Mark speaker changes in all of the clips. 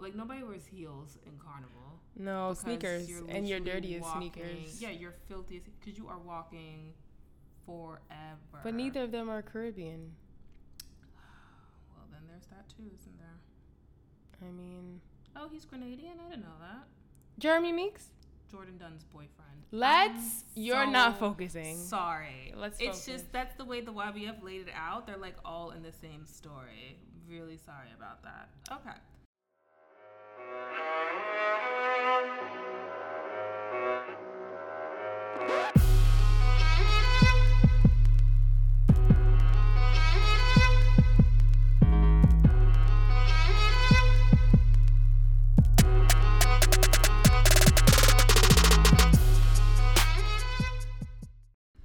Speaker 1: Like nobody wears heels in carnival.
Speaker 2: No,
Speaker 1: because
Speaker 2: sneakers
Speaker 1: you're
Speaker 2: and your
Speaker 1: literally
Speaker 2: dirtiest
Speaker 1: walking-
Speaker 2: sneakers.
Speaker 1: Yeah, you're filthy because you are walking forever.
Speaker 2: But neither of them are Caribbean.
Speaker 1: Well, then there's that too, isn't there?
Speaker 2: I mean,
Speaker 1: Oh, he's Grenadian. I didn't know that.
Speaker 2: Jeremy Meeks.
Speaker 1: Jordan Dunn's boyfriend.
Speaker 2: Let's. you're not
Speaker 1: so
Speaker 2: focusing.
Speaker 1: Sorry.
Speaker 2: Let's
Speaker 1: It's
Speaker 2: focus.
Speaker 1: just that's the way the YBF laid it out. They're like all in the same story. Really sorry about that. Okay.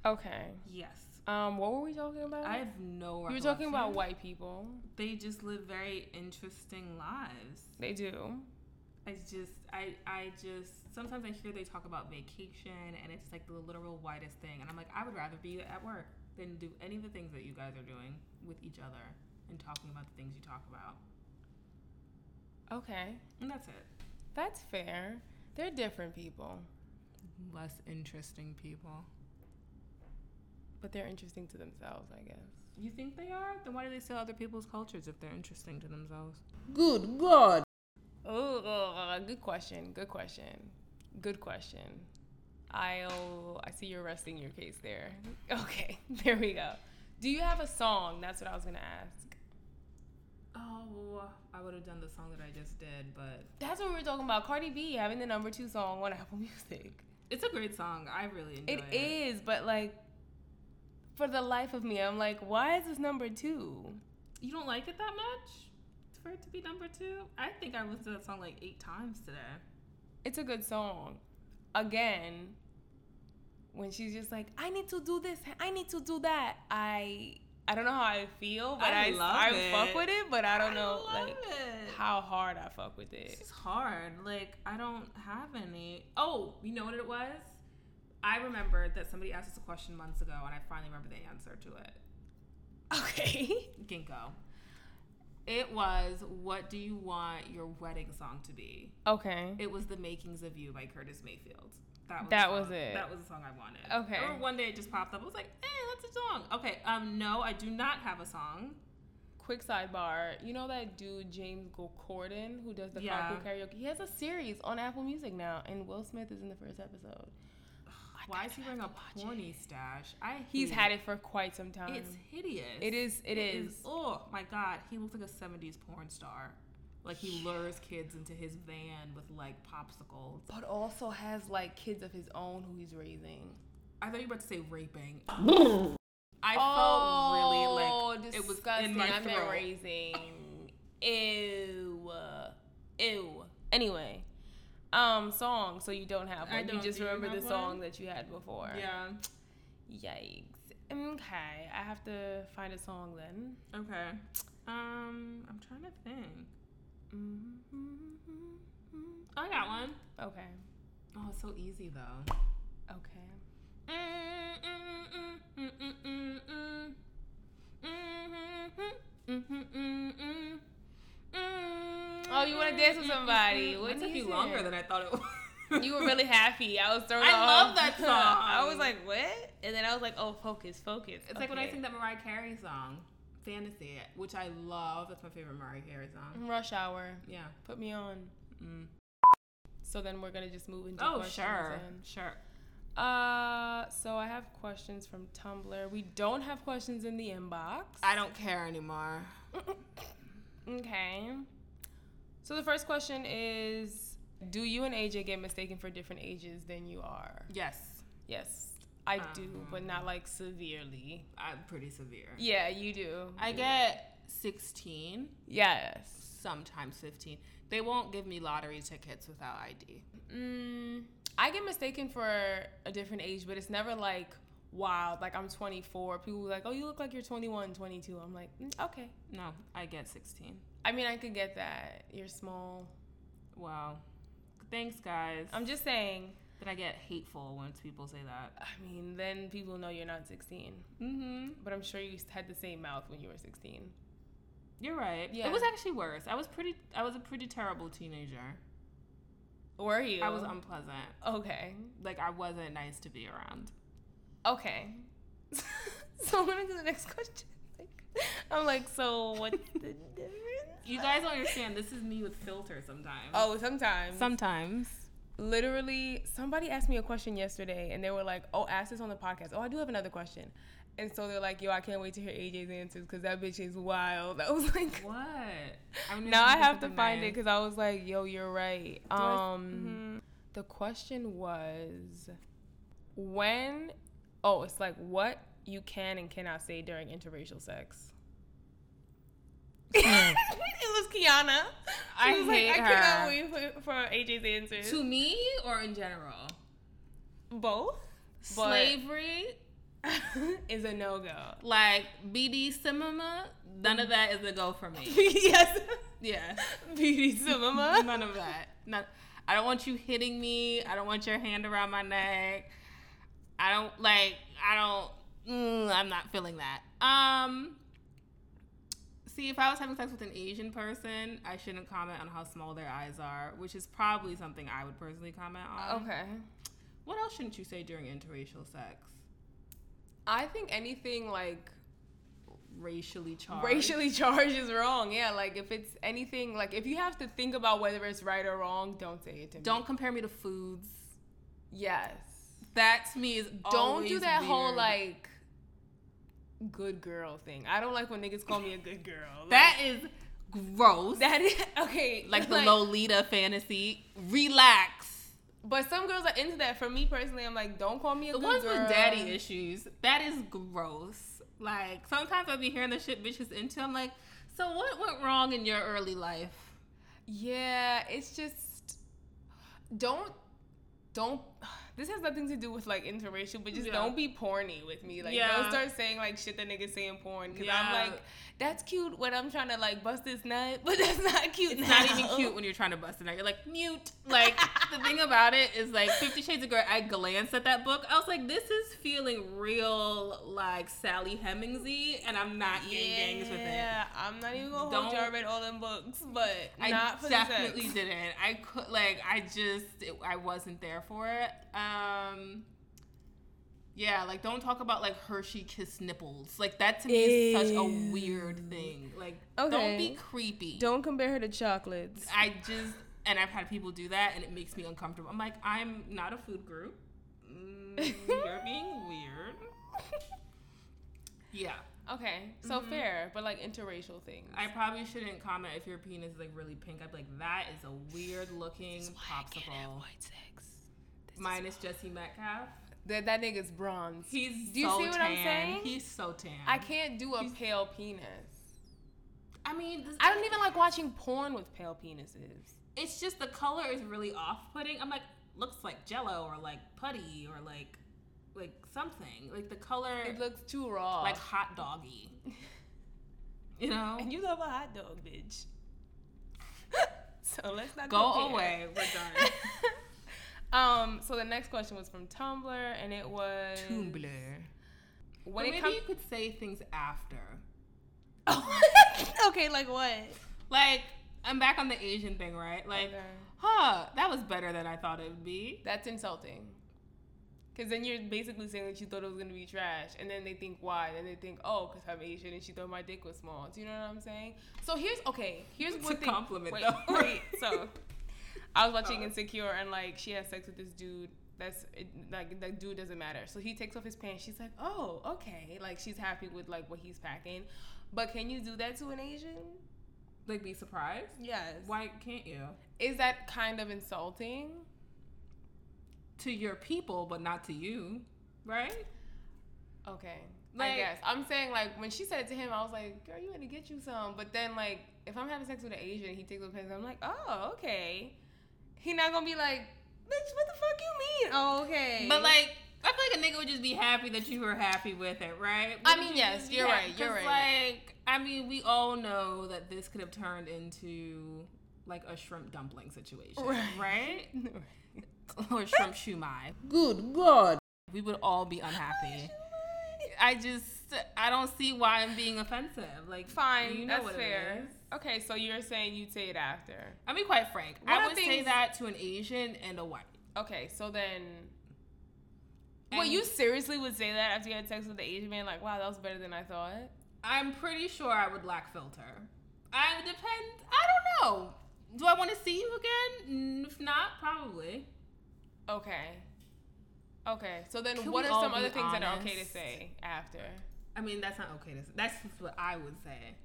Speaker 2: Okay.
Speaker 1: Yes.
Speaker 2: Um, what were we talking about?
Speaker 1: I have no.
Speaker 2: you were talking about
Speaker 1: recollection.
Speaker 2: white people.
Speaker 1: they just live very interesting lives.
Speaker 2: They do.
Speaker 1: I just, I, I just, sometimes I hear they talk about vacation and it's like the literal whitest thing. And I'm like, I would rather be at work than do any of the things that you guys are doing with each other and talking about the things you talk about.
Speaker 2: Okay,
Speaker 1: And that's it.
Speaker 2: that's fair. They're different people,
Speaker 1: Less interesting people.
Speaker 2: but they're interesting to themselves, I guess.
Speaker 1: You think they are? Then why do they sell other people's cultures if they're interesting to themselves?
Speaker 2: Good God. Oh, good question. Good question. Good question. I'll. I see you're resting your case there. Okay, there we go. Do you have a song? That's what I was gonna ask.
Speaker 1: Oh, I would have done the song that I just did, but
Speaker 2: That's what we were talking about. Cardi B having the number two song on Apple Music.
Speaker 1: it's a great song. I really enjoy
Speaker 2: It
Speaker 1: it.
Speaker 2: is, but like, for the life of me, I'm like, why is this number two?
Speaker 1: You don't like it that much? For it to be number two? I think I listened to that song like eight times today.
Speaker 2: It's a good song. Again, when she's just like, I need to do this, I need to do that. I I don't know how I feel, but
Speaker 1: I
Speaker 2: I I,
Speaker 1: love it.
Speaker 2: fuck with it, but I don't
Speaker 1: I
Speaker 2: know
Speaker 1: love
Speaker 2: like
Speaker 1: it.
Speaker 2: how hard I fuck with it.
Speaker 1: This is hard. Like, I don't have any. Oh, you know what it was? I remembered that somebody asked us a question months ago, and I finally remember the answer to it.
Speaker 2: Okay.
Speaker 1: Ginkgo. It was, What do you want your wedding song to be?
Speaker 2: Okay.
Speaker 1: It was The Makings of You by Curtis Mayfield. That was,
Speaker 2: That
Speaker 1: the song-
Speaker 2: was it.
Speaker 1: That was the song I wanted.
Speaker 2: Okay.
Speaker 1: Or one day it just popped up. I was like, eh, that's a song. Okay, um, no, I do not have a song.
Speaker 2: Quick sidebar. You know that dude James Corden who does the
Speaker 1: Yeah.
Speaker 2: carpool karaoke? He has a series on Apple Music now, and Will Smith is in the first episode.
Speaker 1: Why is he wearing a porny stash? I hate
Speaker 2: He's had it for quite some time.
Speaker 1: It's hideous.
Speaker 2: It is- it is.
Speaker 1: Oh my god, he looks like a '70s porn star. Like he lures kids into his van with like popsicles.
Speaker 2: but also has like kids of his own who he's raising.
Speaker 1: I thought you were about to say raping. I felt really like it was in my
Speaker 2: Oh, I meant
Speaker 1: throat.
Speaker 2: raising. Ew. Ew. Anyway, um, song. So you don't have
Speaker 1: I
Speaker 2: one.
Speaker 1: don't.
Speaker 2: you just
Speaker 1: Do you
Speaker 2: remember
Speaker 1: have
Speaker 2: the
Speaker 1: one?
Speaker 2: song that you had before.
Speaker 1: Yeah.
Speaker 2: Yikes. Okay, I have to find a song then.
Speaker 1: Okay. Um, I'm trying to think. Oh, I got one.
Speaker 2: Mm-hmm. Okay.
Speaker 1: Oh, it's so easy though.
Speaker 2: Okay.
Speaker 1: Oh,
Speaker 2: Oh, you want to dance with somebody?
Speaker 1: It
Speaker 2: What
Speaker 1: took
Speaker 2: do
Speaker 1: you
Speaker 2: think?
Speaker 1: longer than I thought it would.
Speaker 2: You were really happy. I was thrown
Speaker 1: I
Speaker 2: off.
Speaker 1: love that song.
Speaker 2: I was like, what? And then I was like, oh, focus, focus.
Speaker 1: It's like when I sing that Mariah Carey song, "Fantasy," which I love. That's my favorite Mariah Carey song.
Speaker 2: rush hour.
Speaker 1: Yeah.
Speaker 2: Put me on.
Speaker 1: Mm.
Speaker 2: So then we're gonna just move into
Speaker 1: Oh,
Speaker 2: questions
Speaker 1: sure,
Speaker 2: then.
Speaker 1: sure.
Speaker 2: Uh, so I have questions from Tumblr. We don't have questions in the inbox.
Speaker 1: I don't care anymore.
Speaker 2: Okay. So the first question is Do you and AJ get mistaken for different ages than you are?
Speaker 1: Yes,
Speaker 2: Yes, I do, but
Speaker 1: Um.
Speaker 2: not like severely.
Speaker 1: I'm pretty severe.
Speaker 2: Yeah, you do.
Speaker 1: I get 16,
Speaker 2: yes.
Speaker 1: sometimes 15. They won't give me lottery tickets without ID.
Speaker 2: Mm, I get mistaken for a different age, but it's never like wild. Like I'm 24. People be like, oh, you look like you're 21, 22. I'm like, "Mm, okay.
Speaker 1: No, I get 16.
Speaker 2: I mean, I could get that. You're small.
Speaker 1: Wow. Thanks, guys.
Speaker 2: I'm just saying.
Speaker 1: then I get hateful once people say that.
Speaker 2: I mean, then people know you're not 16.
Speaker 1: Mm-hmm.
Speaker 2: But I'm sure you had the same mouth when you were 16.
Speaker 1: You're right.
Speaker 2: Yeah.
Speaker 1: It was actually worse. I was pretty. I was a pretty terrible teenager.
Speaker 2: Were you?
Speaker 1: I was um, unpleasant.
Speaker 2: okay.
Speaker 1: Like I wasn't nice to be around.
Speaker 2: Okay. so I'm gonna do the next question. Like, I'm like, so what's the difference?
Speaker 1: You guys don't understand. This is me with filter sometimes.
Speaker 2: Oh, sometimes.
Speaker 1: sometimes.
Speaker 2: literally somebody asked me a question yesterday and they were like oh ask this on the podcast oh i do have another question and so they're like yo i can't wait to hear aj's answers because that bitch is wild i was like
Speaker 1: What? I mean,
Speaker 2: now i
Speaker 1: it's
Speaker 2: have to
Speaker 1: something
Speaker 2: find it
Speaker 1: nice.
Speaker 2: because i was like yo you're right um
Speaker 1: I- mm-hmm.
Speaker 2: the question was when oh it's like what you can and cannot say during interracial sex it was Kiana.
Speaker 1: I
Speaker 2: She was like,
Speaker 1: hate
Speaker 2: I cannot
Speaker 1: her."
Speaker 2: wait for, for AJ's answers.
Speaker 1: To me or in general?
Speaker 2: both but-
Speaker 1: Slavery,
Speaker 2: is a no go.
Speaker 1: like BD cinema, none of that is a go for me.
Speaker 2: yes,
Speaker 1: Yeah.
Speaker 2: beauty cinema.
Speaker 1: None of that. None. I don't want you hitting me. I don't want your hand around my neck. I don't like. I don't. Mm, I'm not feeling that. Um. See, if I was having sex with an Asian person, I shouldn't comment on how small their eyes are, which is probably something I would personally comment on.
Speaker 2: Okay,
Speaker 1: What else shouldn't you say during interracial sex?
Speaker 2: I think anything like
Speaker 1: Racially charged.
Speaker 2: racially charged is wrong. Yeah, like if it's anything like if you have to think about whether it's right or wrong, don't say it to me.
Speaker 1: Don't compare me to foods.
Speaker 2: Yes.
Speaker 1: That to me is.
Speaker 2: Don't do
Speaker 1: always
Speaker 2: that whole
Speaker 1: weird.
Speaker 2: like good girl thing. I don't like when niggas call me a good girl. Like,
Speaker 1: That is gross.
Speaker 2: that is okay.
Speaker 1: like the Lolita fantasy. Relax.
Speaker 2: But some girls are into that. For me personally, I'm like, don't call me a
Speaker 1: The
Speaker 2: good
Speaker 1: ones
Speaker 2: girl.
Speaker 1: with daddy issues, that is gross. Like sometimes I'll be hearing the shit bitches into. I'm like, so what went wrong in your early life?
Speaker 2: Yeah, it's just don't don't this has nothing to do with like interracial, but just
Speaker 1: Yeah.
Speaker 2: don't be porny with me. Like
Speaker 1: Yeah.
Speaker 2: don't start saying like shit that niggas say in porn. Cause
Speaker 1: Yeah.
Speaker 2: I'm like, that's cute when I'm trying to like bust this nut, but that's not cute.
Speaker 1: It's not even cute when you're trying to bust it out. You're like mute. Like the thing about it is like Fifty Shades of Grey. I glanced at that book. I was like, this is feeling real like Sally Hemingsy, and I'm not getting gangs with it.
Speaker 2: Yeah, I'm not even gonna hold
Speaker 1: Don't-
Speaker 2: you. I read all them books, but
Speaker 1: I
Speaker 2: not for
Speaker 1: definitely
Speaker 2: the sex.
Speaker 1: didn't. I could like I just it, I wasn't there for it. Um yeah, like don't talk about like Hershey kiss nipples. Like that to me is such a
Speaker 2: Ew.
Speaker 1: weird thing. Like
Speaker 2: Okay.
Speaker 1: don't be creepy.
Speaker 2: Don't compare her to chocolates.
Speaker 1: I just and I've had people do that and it makes me uncomfortable. I'm like I'm not a food group. Mm, you're being weird. Yeah.
Speaker 2: Okay, so fair, but like interracial things.
Speaker 1: Mm-hmm. I probably shouldn't comment if your penis is like really pink. I'd be like, that is a weird looking popsicle.
Speaker 2: sex.
Speaker 1: Minus Jesse Metcalf.
Speaker 2: That that nigga's bronze.
Speaker 1: He's
Speaker 2: Do you
Speaker 1: so
Speaker 2: see what I'm
Speaker 1: tan.
Speaker 2: saying?
Speaker 1: He's so tan.
Speaker 2: I can't do a pale penis.
Speaker 1: I mean, this,
Speaker 2: I don't even like watching porn with pale penises.
Speaker 1: It's just the color is really off-putting. I'm like, looks like Jello or like putty or like, like something. Like the color,
Speaker 2: It looks too raw.
Speaker 1: like hot doggy. You know.
Speaker 2: and you love a hot dog, bitch. so let's not
Speaker 1: Go
Speaker 2: compare.
Speaker 1: away. We're done.
Speaker 2: um. So the next question was from Tumblr, and it was
Speaker 1: When
Speaker 2: when
Speaker 1: maybe
Speaker 2: it comes.
Speaker 1: you could say things after.
Speaker 2: okay, like what?
Speaker 1: Like I'm back on the Asian thing, right? Like,
Speaker 2: Okay.
Speaker 1: huh? That was better than I thought it would be.
Speaker 2: That's insulting. Because then you're basically saying that you thought it was going to be trash. And then they think, why? And then they think, oh, because I'm Asian and she thought my dick was small. Do you know what I'm saying? So here's, okay, here's
Speaker 1: It's
Speaker 2: one
Speaker 1: a
Speaker 2: thing.
Speaker 1: compliment,
Speaker 2: wait,
Speaker 1: though.
Speaker 2: wait, so I was watching
Speaker 1: Oh.
Speaker 2: Insecure and like she has sex with this dude. That's it, like that dude doesn't matter. So he takes off his pants. She's like, oh, okay. Like she's happy with like what he's packing. But can you do that to an Asian?
Speaker 1: Like, be surprised.
Speaker 2: Yes. Why?
Speaker 1: Why can't you?
Speaker 2: Is that kind of insulting?
Speaker 1: to your people, but not to you, right?
Speaker 2: Okay. I
Speaker 1: Like-
Speaker 2: guess. I'm saying, like, when she said it to him, I was like, girl, you had to get you some. But then, like, if I'm having sex with an Asian and he takes a pants, I'm like, oh, okay. He not going to be like, bitch, what the fuck you mean? Oh, okay.
Speaker 1: But like, I feel like a nigga would just be happy that you were happy with it, right?
Speaker 2: I
Speaker 1: Wouldn't
Speaker 2: mean,
Speaker 1: you
Speaker 2: yes,
Speaker 1: just be
Speaker 2: you're
Speaker 1: happy?
Speaker 2: right, you're
Speaker 1: 'Cause,
Speaker 2: right.
Speaker 1: Like, I mean, we all know that this could have turned into like a shrimp dumpling situation,
Speaker 2: Right.
Speaker 1: right? or shrimp shumai. Good God, we would all be unhappy. I just I don't see why I'm being offensive. Like
Speaker 2: Fine,
Speaker 1: you know
Speaker 2: that's
Speaker 1: what it
Speaker 2: fair.
Speaker 1: is.
Speaker 2: Okay, so you're saying you'd say it after.
Speaker 1: I mean, quite frank,
Speaker 2: One
Speaker 1: I
Speaker 2: of
Speaker 1: would
Speaker 2: the
Speaker 1: say
Speaker 2: things-
Speaker 1: that to an Asian and a white.
Speaker 2: Okay, so then. Wait,
Speaker 1: And-
Speaker 2: you seriously would say that after you had sex with the Asian man? Like, wow, that was better than I thought.
Speaker 1: I'm pretty sure I would lack filter. I depend. I don't know. Do I want to see you again? Mm, If not, probably.
Speaker 2: Okay. Okay. So then,
Speaker 1: Can
Speaker 2: what
Speaker 1: we
Speaker 2: are some
Speaker 1: all
Speaker 2: other
Speaker 1: be
Speaker 2: things that are okay to
Speaker 1: honest?
Speaker 2: say after?
Speaker 1: I mean, that's not okay. To say. That's just what I would say.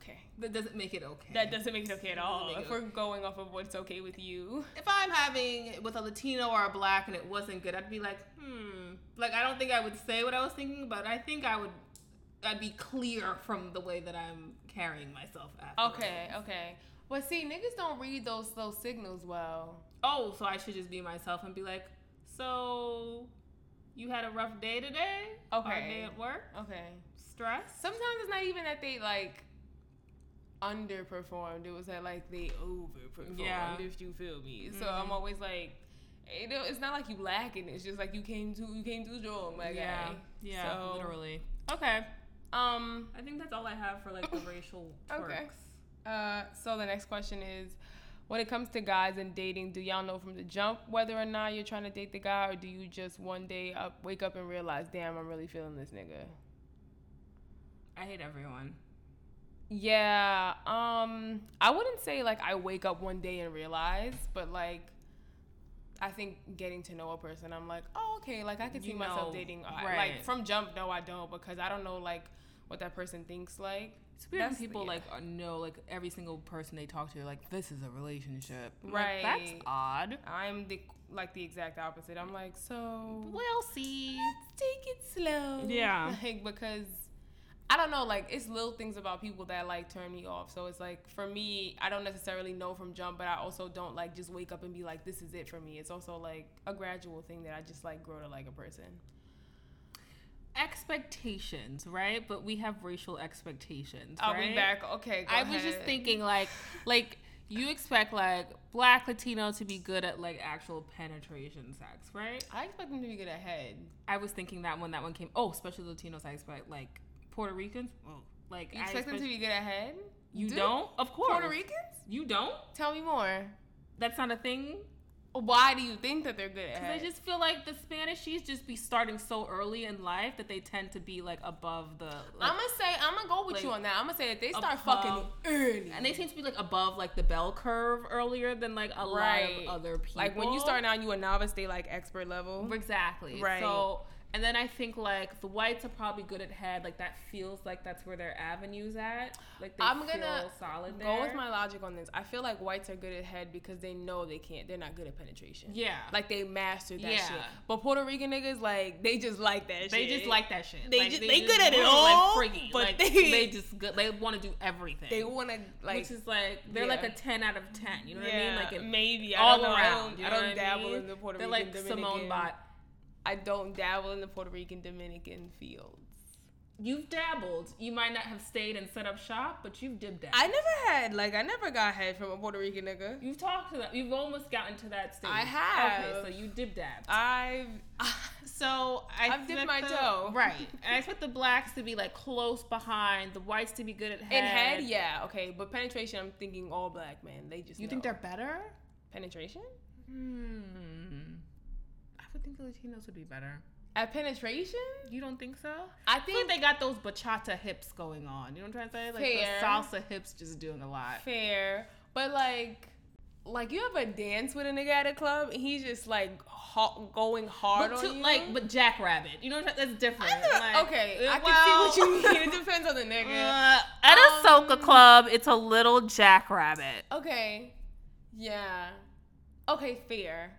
Speaker 2: Okay.
Speaker 1: That doesn't make it okay.
Speaker 2: That doesn't make it okay at all.
Speaker 1: make it
Speaker 2: If we're going off of what's okay with you.
Speaker 1: If I'm having with a Latino or a black and it wasn't good, I'd be like, hmm. Like I don't think I would say what I was thinking, but I think I would. I'd be clear from the way that I'm carrying myself. Afterwards.
Speaker 2: Okay. Okay. But see, niggas don't read those those signals well.
Speaker 1: Oh, so I should just be myself and be like, so you had a rough day today? Hard
Speaker 2: Okay.
Speaker 1: day at work?
Speaker 2: Okay.
Speaker 1: Stress?
Speaker 2: Sometimes it's not even that they like underperformed. It was that like they overperformed.
Speaker 1: Yeah.
Speaker 2: If you feel me. So I'm always like, it, it's not like you lacking. It's just like you came too you came too strong. Like
Speaker 1: Yeah.
Speaker 2: I-
Speaker 1: Yeah,
Speaker 2: So,
Speaker 1: literally.
Speaker 2: Okay. Um.
Speaker 1: I think that's all I have for like the racial quirks.
Speaker 2: Okay. Uh, so the next question is, when it comes to guys and dating, do y'all know from the jump whether or not you're trying to date the guy, or do you just one day up wake up and realize, damn, I'm really feeling this nigga?
Speaker 1: I hate everyone.
Speaker 2: Yeah. Um, I wouldn't say like I wake up one day and realize, but like. I think getting to know a person, I'm like, oh, okay, like I can see
Speaker 1: You know,
Speaker 2: myself dating. I-
Speaker 1: right.
Speaker 2: Like from jump, no, I don't because I don't know like what that person thinks like.
Speaker 1: It's weird when
Speaker 2: That's-
Speaker 1: people
Speaker 2: yeah.
Speaker 1: like uh, know like every single person they talk to, they're like this is a relationship. I'm
Speaker 2: Right.
Speaker 1: Like, That's odd.
Speaker 2: I'm the like the exact opposite. I'm like, so
Speaker 1: We'll see.
Speaker 2: let's take it slow.
Speaker 1: Yeah.
Speaker 2: Like because I don't know, like it's little things about people that like turn me off. So it's like for me, I don't necessarily know from jump, but I also don't like just wake up and be like, this is it for me. It's also like a gradual thing that I just like grow to like a person.
Speaker 1: Expectations, right? But we have racial expectations.
Speaker 2: Are
Speaker 1: right?
Speaker 2: we back? Okay. go
Speaker 1: I was just
Speaker 2: ahead.
Speaker 1: thinking like like you expect like black Latino to be good at like actual penetration sex, right?
Speaker 2: I expect them to be good at head.
Speaker 1: I was thinking that when that one came. Oh, especially Latinos, I expect like Puerto Ricans. Oh, like
Speaker 2: You
Speaker 1: I
Speaker 2: expect them to be good at head?
Speaker 1: You
Speaker 2: Do-
Speaker 1: don't, of course.
Speaker 2: Puerto Ricans?
Speaker 1: You don't.
Speaker 2: Tell me more.
Speaker 1: That's not a thing.
Speaker 2: Why do you think that they're good at
Speaker 1: 'Cause I
Speaker 2: head?
Speaker 1: just feel like the Spanishies just be starting so early in life that they tend to be like above the. Like,
Speaker 2: I'm gonna say I'm gonna go with
Speaker 1: like,
Speaker 2: you on that. I'm gonna say that they start
Speaker 1: pub.
Speaker 2: fucking early.
Speaker 1: and they seem to be like above like the bell curve earlier than like a
Speaker 2: Right.
Speaker 1: lot of other people.
Speaker 2: Like when you start out, you a novice. They like expert level.
Speaker 1: Exactly.
Speaker 2: Right.
Speaker 1: So, and then I think like the whites are probably good at head. Like that feels like that's where their avenues at. Like they
Speaker 2: I'm
Speaker 1: feel
Speaker 2: gonna
Speaker 1: solid.
Speaker 2: Go with
Speaker 1: there.
Speaker 2: my logic on this. I feel like whites are good at head because they know they can't. They're not good at penetration.
Speaker 1: yeah.
Speaker 2: Like they mastered that
Speaker 1: Yeah.
Speaker 2: shit. But Puerto Rican niggas like they just like that.
Speaker 1: they
Speaker 2: shit.
Speaker 1: just like that shit.
Speaker 2: They
Speaker 1: Like,
Speaker 2: just- they good at it
Speaker 1: really,
Speaker 2: all,
Speaker 1: Like, freaky.
Speaker 2: but
Speaker 1: like,
Speaker 2: they-
Speaker 1: they, just good. They want to do everything.
Speaker 2: They wanna like.
Speaker 1: which is like they're
Speaker 2: yeah.
Speaker 1: like a ten out of ten. You know
Speaker 2: yeah,
Speaker 1: what I mean? Like it,
Speaker 2: maybe I
Speaker 1: all
Speaker 2: don't know. I
Speaker 1: around.
Speaker 2: don't-
Speaker 1: you
Speaker 2: I
Speaker 1: know
Speaker 2: don't,
Speaker 1: what
Speaker 2: dabble
Speaker 1: mean?
Speaker 2: in the Puerto
Speaker 1: they're
Speaker 2: Rican.
Speaker 1: like Simone
Speaker 2: Dominican-
Speaker 1: Bot.
Speaker 2: I don't dabble in the Puerto Rican Dominican fields.
Speaker 1: You've dabbled. You might not have stayed and set up shop, but you've dib dabbled.
Speaker 2: I never had like I never got head from a Puerto Rican nigga.
Speaker 1: You've talked to that. You've almost gotten to that stage.
Speaker 2: I have.
Speaker 1: Okay, so you dib dabbed.
Speaker 2: I've
Speaker 1: Uh, So I
Speaker 2: I've dipped
Speaker 1: expect
Speaker 2: my
Speaker 1: the-
Speaker 2: toe.
Speaker 1: right, and I expect the blacks to be like close behind, the whites to be good at head.
Speaker 2: In head, yeah, okay, but penetration, I'm thinking all black men. They just
Speaker 1: You think
Speaker 2: know.
Speaker 1: they're better?
Speaker 2: penetration
Speaker 1: Hmm. I would think the Latinos would be better.
Speaker 2: at penetration?
Speaker 1: You don't think so?
Speaker 2: I
Speaker 1: I think
Speaker 2: think
Speaker 1: they got those bachata hips going on. You know what I'm trying to say?
Speaker 2: Fair.
Speaker 1: Like the salsa hips just doing a lot.
Speaker 2: fair, but like, like you ever dance with a nigga at a club and he's just like ho- going hard
Speaker 1: But
Speaker 2: on
Speaker 1: to,
Speaker 2: you?
Speaker 1: like, but Jackrabbit. You know what I'm trying- That's different.
Speaker 2: I don't-
Speaker 1: Like,
Speaker 2: okay,
Speaker 1: uh,
Speaker 2: I
Speaker 1: well-
Speaker 2: can see what you mean. It depends on the nigga.
Speaker 1: Uh, at a soca
Speaker 2: Um,
Speaker 1: club, it's a little jackrabbit.
Speaker 2: Okay, yeah, okay, fair.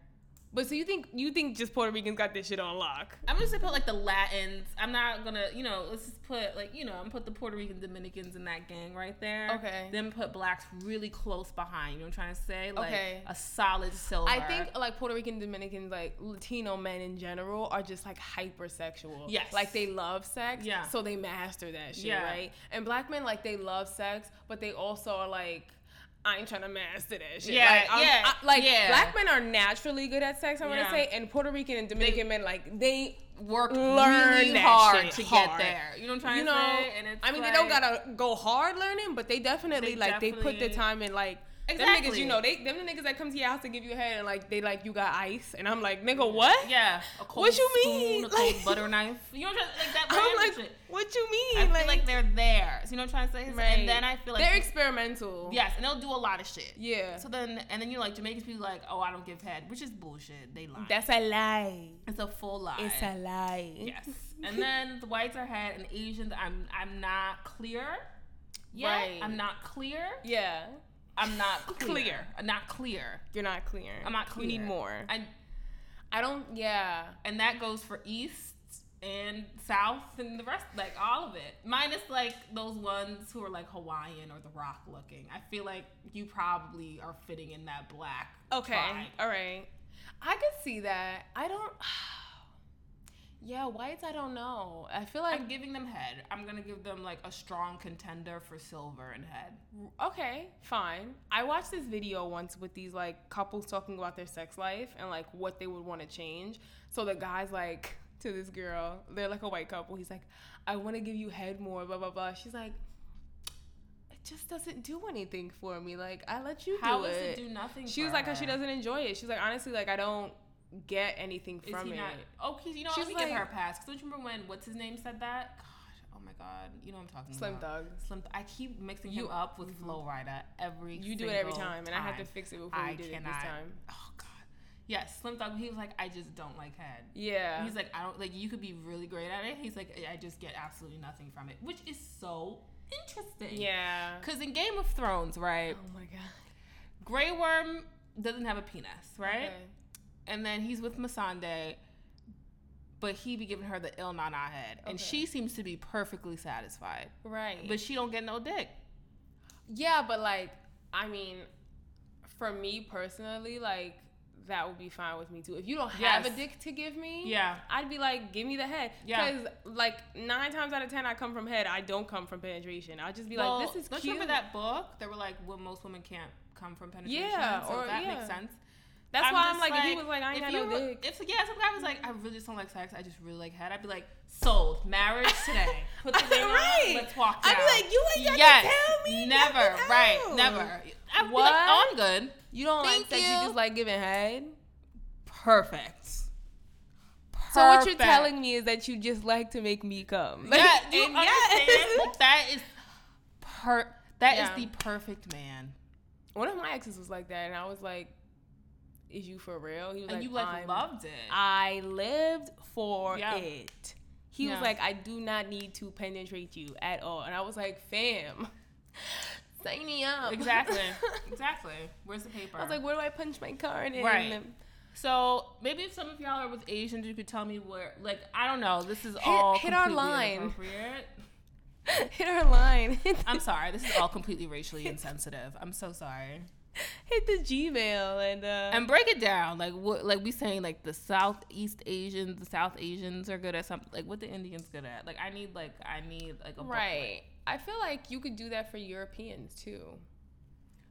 Speaker 2: But so you think you think just Puerto Ricans got this shit on lock?
Speaker 1: I'm just gonna put like the Latins. I'm not gonna, you know, let's just put like, you know, I'm gonna put the Puerto Rican Dominicans in that gang right there.
Speaker 2: Okay.
Speaker 1: Then put blacks really close behind. You know what I'm trying to say? Like
Speaker 2: Okay.
Speaker 1: a solid silver.
Speaker 2: I think like Puerto Rican Dominicans, like Latino men in general, are just like hypersexual.
Speaker 1: Yes.
Speaker 2: Like they love sex.
Speaker 1: Yeah.
Speaker 2: So they master that shit,
Speaker 1: Yeah.
Speaker 2: right? And black men, like they love sex, but they also are like, I ain't trying to master that shit.
Speaker 1: Yeah,
Speaker 2: like, I'm-
Speaker 1: yeah,
Speaker 2: I- like
Speaker 1: yeah.
Speaker 2: black men are naturally good at sex. I want to
Speaker 1: Yeah.
Speaker 2: say, and Puerto Rican and Dominican men, like they
Speaker 3: Work
Speaker 2: Learn
Speaker 3: really
Speaker 2: that
Speaker 3: hard
Speaker 2: shit
Speaker 3: to get
Speaker 2: hard.
Speaker 3: there.
Speaker 1: You know what I'm trying
Speaker 2: you
Speaker 1: to
Speaker 2: know,
Speaker 1: say? And it's
Speaker 2: I mean, they don't
Speaker 1: like-
Speaker 2: gotta go hard learning, but they definitely
Speaker 1: They
Speaker 2: like they put the
Speaker 1: definitely-
Speaker 2: time in. Like them niggas,
Speaker 1: Exactly.
Speaker 2: you know, they them the niggas that come to your house to give you a head and like they like you got ice, and I'm like, nigga, what?
Speaker 1: Yeah. A cold
Speaker 2: What you
Speaker 1: spoon,
Speaker 2: mean?
Speaker 1: A cold
Speaker 2: Like-
Speaker 1: butter knife. You know what I'm trying to like that
Speaker 2: I'm
Speaker 1: random
Speaker 2: like,
Speaker 1: shit.
Speaker 2: what you mean?
Speaker 1: I feel like, they're there. So you know what I'm trying to say?
Speaker 2: Right.
Speaker 1: And then I feel like
Speaker 2: they're experimental.
Speaker 1: Yes, and they'll do a lot of shit.
Speaker 2: yeah.
Speaker 1: So then and then you like Jamaicans people like, Oh, I don't give head, which is bullshit. They lie.
Speaker 2: That's a lie.
Speaker 1: it's a full lie.
Speaker 2: It's a lie.
Speaker 1: Yes. And then the whites are head and Asians I'm I'm not clear. yet.
Speaker 2: Right.
Speaker 1: I'm not clear.
Speaker 2: Yeah.
Speaker 1: I'm not clear.
Speaker 2: Clear.
Speaker 1: I'm not clear.
Speaker 2: You're not clear.
Speaker 1: I'm not
Speaker 2: We
Speaker 1: clear.
Speaker 2: need more.
Speaker 1: I
Speaker 2: I don't. Yeah.
Speaker 1: and that goes for east and south and the rest like all of it minus like those ones who are like hawaiian or the rock looking i feel like you probably are fitting in that black
Speaker 2: Okay.
Speaker 1: tribe.
Speaker 2: All right. I could see that. I don't. Yeah, whites. I don't know. I feel like
Speaker 1: i'm giving them head i'm gonna give them like a strong contender for silver and head
Speaker 2: okay, fine. I watched this video once with these like couples talking about their sex life and like what they would want to change. So the guy's like to this girl, they're like a white couple. He's like, I want to give you head more, blah blah blah. She's like, it just doesn't do anything for me. Like I let you
Speaker 1: how
Speaker 2: do
Speaker 1: does
Speaker 2: it.
Speaker 1: it do nothing
Speaker 2: she
Speaker 1: for
Speaker 2: was like, how
Speaker 1: her?
Speaker 2: she doesn't enjoy it. She was like, honestly, like I don't get anything
Speaker 1: is
Speaker 2: from
Speaker 1: he
Speaker 2: it.
Speaker 1: not oh he's you know
Speaker 2: She's
Speaker 1: what, let me give
Speaker 2: like-
Speaker 1: her a pass 'Cause don't you remember when what's his name said that god oh my god you know what i'm talking
Speaker 2: Slim
Speaker 1: about
Speaker 2: Thug.
Speaker 1: Slim Th- I keep mixing
Speaker 2: You- Mm-hmm.
Speaker 1: him up with Flow Rider every.
Speaker 2: You do it every
Speaker 1: single
Speaker 2: time, and I have to fix it before
Speaker 1: I
Speaker 2: you did it
Speaker 1: cannot.
Speaker 2: this time.
Speaker 1: Oh God. Yes, Slim Thug. He was like, I just don't like head.
Speaker 2: Yeah.
Speaker 1: He's like, I don't like. You could be really great at it. He's like, I- I just get absolutely nothing from it, which is so interesting.
Speaker 2: yeah.
Speaker 1: Because in Game of Thrones, right,
Speaker 2: Oh my god.
Speaker 1: Grey Worm doesn't have a penis, right?
Speaker 2: Okay.
Speaker 1: And then he's with Masande, but he be giving her the ill nana head, and
Speaker 2: Okay.
Speaker 1: she seems to be perfectly satisfied,
Speaker 2: Right.
Speaker 1: but she don't get no dick.
Speaker 2: Mm. Yeah, but like, I mean, for me personally, like that would be fine with me too. If you don't have a
Speaker 1: Yes.
Speaker 2: dick to give me,
Speaker 1: Yeah.
Speaker 2: I'd be like, give me the head.
Speaker 1: Yeah.
Speaker 2: Because like nine times out of ten, I come from head. I don't come from penetration. I'll just be
Speaker 1: Well,
Speaker 2: like, this is
Speaker 1: don't
Speaker 2: cute.
Speaker 1: you remember that book? They were like, well, most women can't come from penetration.
Speaker 2: Yeah,
Speaker 1: so
Speaker 2: or-
Speaker 1: that
Speaker 2: yeah.
Speaker 1: makes sense.
Speaker 2: That's why I'm
Speaker 1: just
Speaker 2: like, if he was like, I ain't
Speaker 1: if
Speaker 2: got
Speaker 1: you
Speaker 2: no
Speaker 1: were-
Speaker 2: dick.
Speaker 1: If yeah, some guy was like, I really just don't like sex. I just really like head. I'd be like, sold. Marriage today. Put the ring on,
Speaker 2: Right.
Speaker 1: Let's walk.
Speaker 2: I'd be
Speaker 1: down.
Speaker 2: like, you ain't got to tell me
Speaker 1: Never.
Speaker 2: nothing
Speaker 1: Right.
Speaker 2: else.
Speaker 1: Never. I'd be
Speaker 2: What?
Speaker 1: like, oh, I'm good.
Speaker 2: you don't like
Speaker 1: Thank
Speaker 2: sex. You.
Speaker 1: you.
Speaker 2: just like giving head.
Speaker 1: Perfect.
Speaker 2: So what you're telling me is that you just like to make me come.
Speaker 1: Yeah, do you
Speaker 2: And
Speaker 1: understand? That is per. That is
Speaker 2: Yeah.
Speaker 1: the perfect man.
Speaker 2: One of my exes was like that, and I was like, "Is you for real?" He was
Speaker 1: And you like
Speaker 2: "I'm-
Speaker 1: loved it.
Speaker 2: I lived for
Speaker 1: Yeah.
Speaker 2: it. He was
Speaker 1: Yeah.
Speaker 2: like, I do not need to penetrate you at all. And I was like, fam, sign me up.
Speaker 1: Exactly. exactly. Where's the paper?
Speaker 2: I was like, where do I punch my card in?
Speaker 1: Right. so maybe if some of y'all are with Asians, you could tell me where. Like, I don't know. This is all
Speaker 2: hit our
Speaker 1: completely
Speaker 2: line.
Speaker 1: inappropriate.
Speaker 2: Hit our line.
Speaker 1: I'm sorry. This is all completely racially insensitive. I'm so sorry.
Speaker 2: Hit the Gmail and uh,
Speaker 1: And break it down. Like, what? Like we saying like the Southeast Asians, the South Asians are good at something. Like what the Indians good at. Like I need like I need like a booklet.
Speaker 2: Right. I feel like you could do that for Europeans too.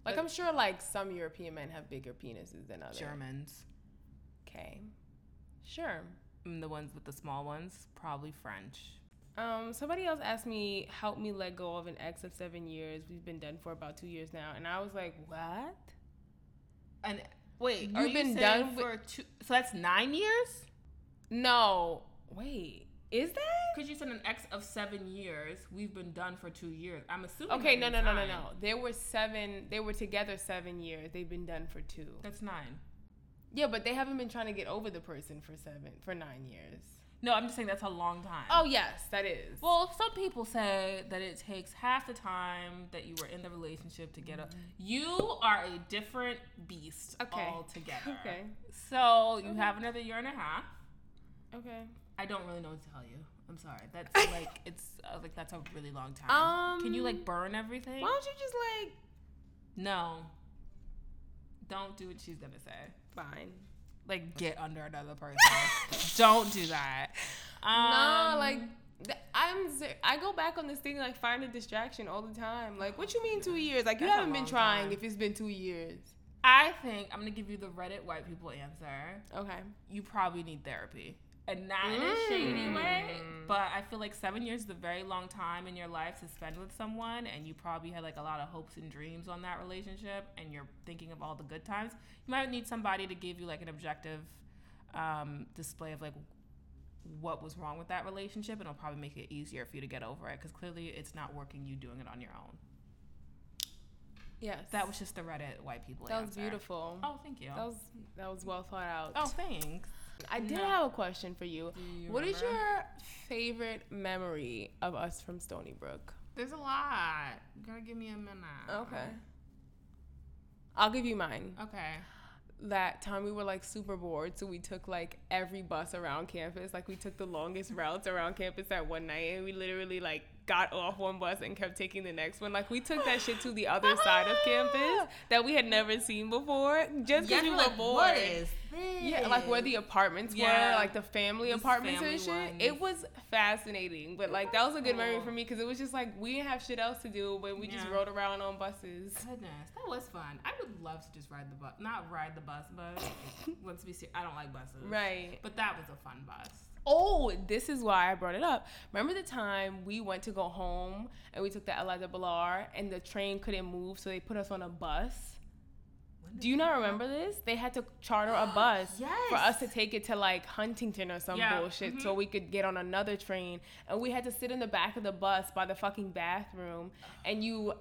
Speaker 2: Like,
Speaker 1: Like-
Speaker 2: I'm sure like some European men have bigger penises than others.
Speaker 1: Germans.
Speaker 2: Okay. Sure.
Speaker 1: And the ones with the small ones, probably French.
Speaker 2: Um, somebody else asked me, help me let go of an ex of seven years. We've been done for about two years now. And I was like, what?
Speaker 1: And wait,
Speaker 2: You've
Speaker 1: are you saying
Speaker 2: been done with-
Speaker 1: for two? So that's nine years.
Speaker 2: No. Wait. Is that?
Speaker 1: Because you said an ex of seven years, we've been done for two years. I'm assuming.
Speaker 2: Okay, no,
Speaker 1: that
Speaker 2: no,
Speaker 1: means
Speaker 2: no, no,
Speaker 1: nine.
Speaker 2: no. They were seven. They were together seven years. They've been done for two.
Speaker 1: That's nine.
Speaker 2: Yeah, but they haven't been trying to get over the person for seven, for nine years.
Speaker 1: No, I'm just saying that's a long time.
Speaker 2: Oh, yes, that is.
Speaker 1: Well, some people say that it takes half the time that you were in the relationship to get up. You are a different beast
Speaker 2: Mm-hmm. Okay.
Speaker 1: altogether.
Speaker 2: Okay. Mm-hmm.
Speaker 1: So you have another year and a half.
Speaker 2: Okay.
Speaker 1: I don't really know what to tell you. I'm sorry. That's like it's uh, like that's a really long time.
Speaker 2: Um,
Speaker 1: Can you like burn everything?
Speaker 2: Why don't you just like.
Speaker 1: No. Don't do what she's gonna say.
Speaker 2: Fine.
Speaker 1: like get under another person. Don't do that. Um,
Speaker 2: no, like Th- I'm ser- I go back on this thing like find a distraction all the time. Like, what you mean two years? Like you
Speaker 1: That's a
Speaker 2: haven't been
Speaker 1: long
Speaker 2: trying
Speaker 1: time.
Speaker 2: if it's been two years.
Speaker 1: I think I'm gonna give you the Reddit white people answer.
Speaker 2: Okay.
Speaker 1: You probably need therapy. And not in
Speaker 2: Mm.
Speaker 1: a shady way, but I feel like seven years is a very long time in your life to spend with someone, and you probably had like a lot of hopes and dreams on that relationship, and you're thinking of all the good times. You might need somebody to give you like an objective um, display of like what was wrong with that relationship, and it'll probably make it easier for you to get over it because clearly it's not working. You doing it on your own.
Speaker 2: Yes.
Speaker 1: That was just the Reddit white people.
Speaker 2: that was
Speaker 1: answer.
Speaker 2: beautiful.
Speaker 1: Oh, thank you.
Speaker 2: That was that was well thought out.
Speaker 1: Oh, thanks.
Speaker 2: I did
Speaker 1: No.
Speaker 2: have a question for you.
Speaker 1: you
Speaker 2: What is
Speaker 1: remember?
Speaker 2: your favorite memory of us from Stony Brook?
Speaker 1: There's a lot. Gotta give me a minute.
Speaker 2: I'll give you mine.
Speaker 1: Okay.
Speaker 2: That time we were like super bored, so we took like every bus around campus. Like we took the longest routes around campus at one night, and we literally like got off one bus and kept taking the next one. Like we took that shit to the other side of campus that we had never seen before, just because we were bored.
Speaker 1: this?
Speaker 2: Yeah, like where the apartments
Speaker 1: Yeah.
Speaker 2: were, like the family
Speaker 1: These
Speaker 2: apartments
Speaker 1: family
Speaker 2: and shit.
Speaker 1: ones.
Speaker 2: It was fascinating, but like that was a good memory
Speaker 1: cool.
Speaker 2: for me because it was just like we didn't have shit else to do, but we just
Speaker 1: Yeah.
Speaker 2: rode around on buses.
Speaker 1: Goodness, that was fun. I would love to just ride the bus. Not ride the bus, but let's be serious. I don't like buses.
Speaker 2: Right.
Speaker 1: But that was a fun bus.
Speaker 2: Oh, this is why I brought it up. Remember the time we went to go home and we took the LIRR and the train couldn't move, so they put us on a bus. Do you not remember this? They had to charter a bus
Speaker 1: Yes.
Speaker 2: for us to take it to like Huntington or some
Speaker 1: Yeah, Mm-hmm.
Speaker 2: bullshit so we could get on another train. And we had to sit in the back of the bus by the fucking bathroom and you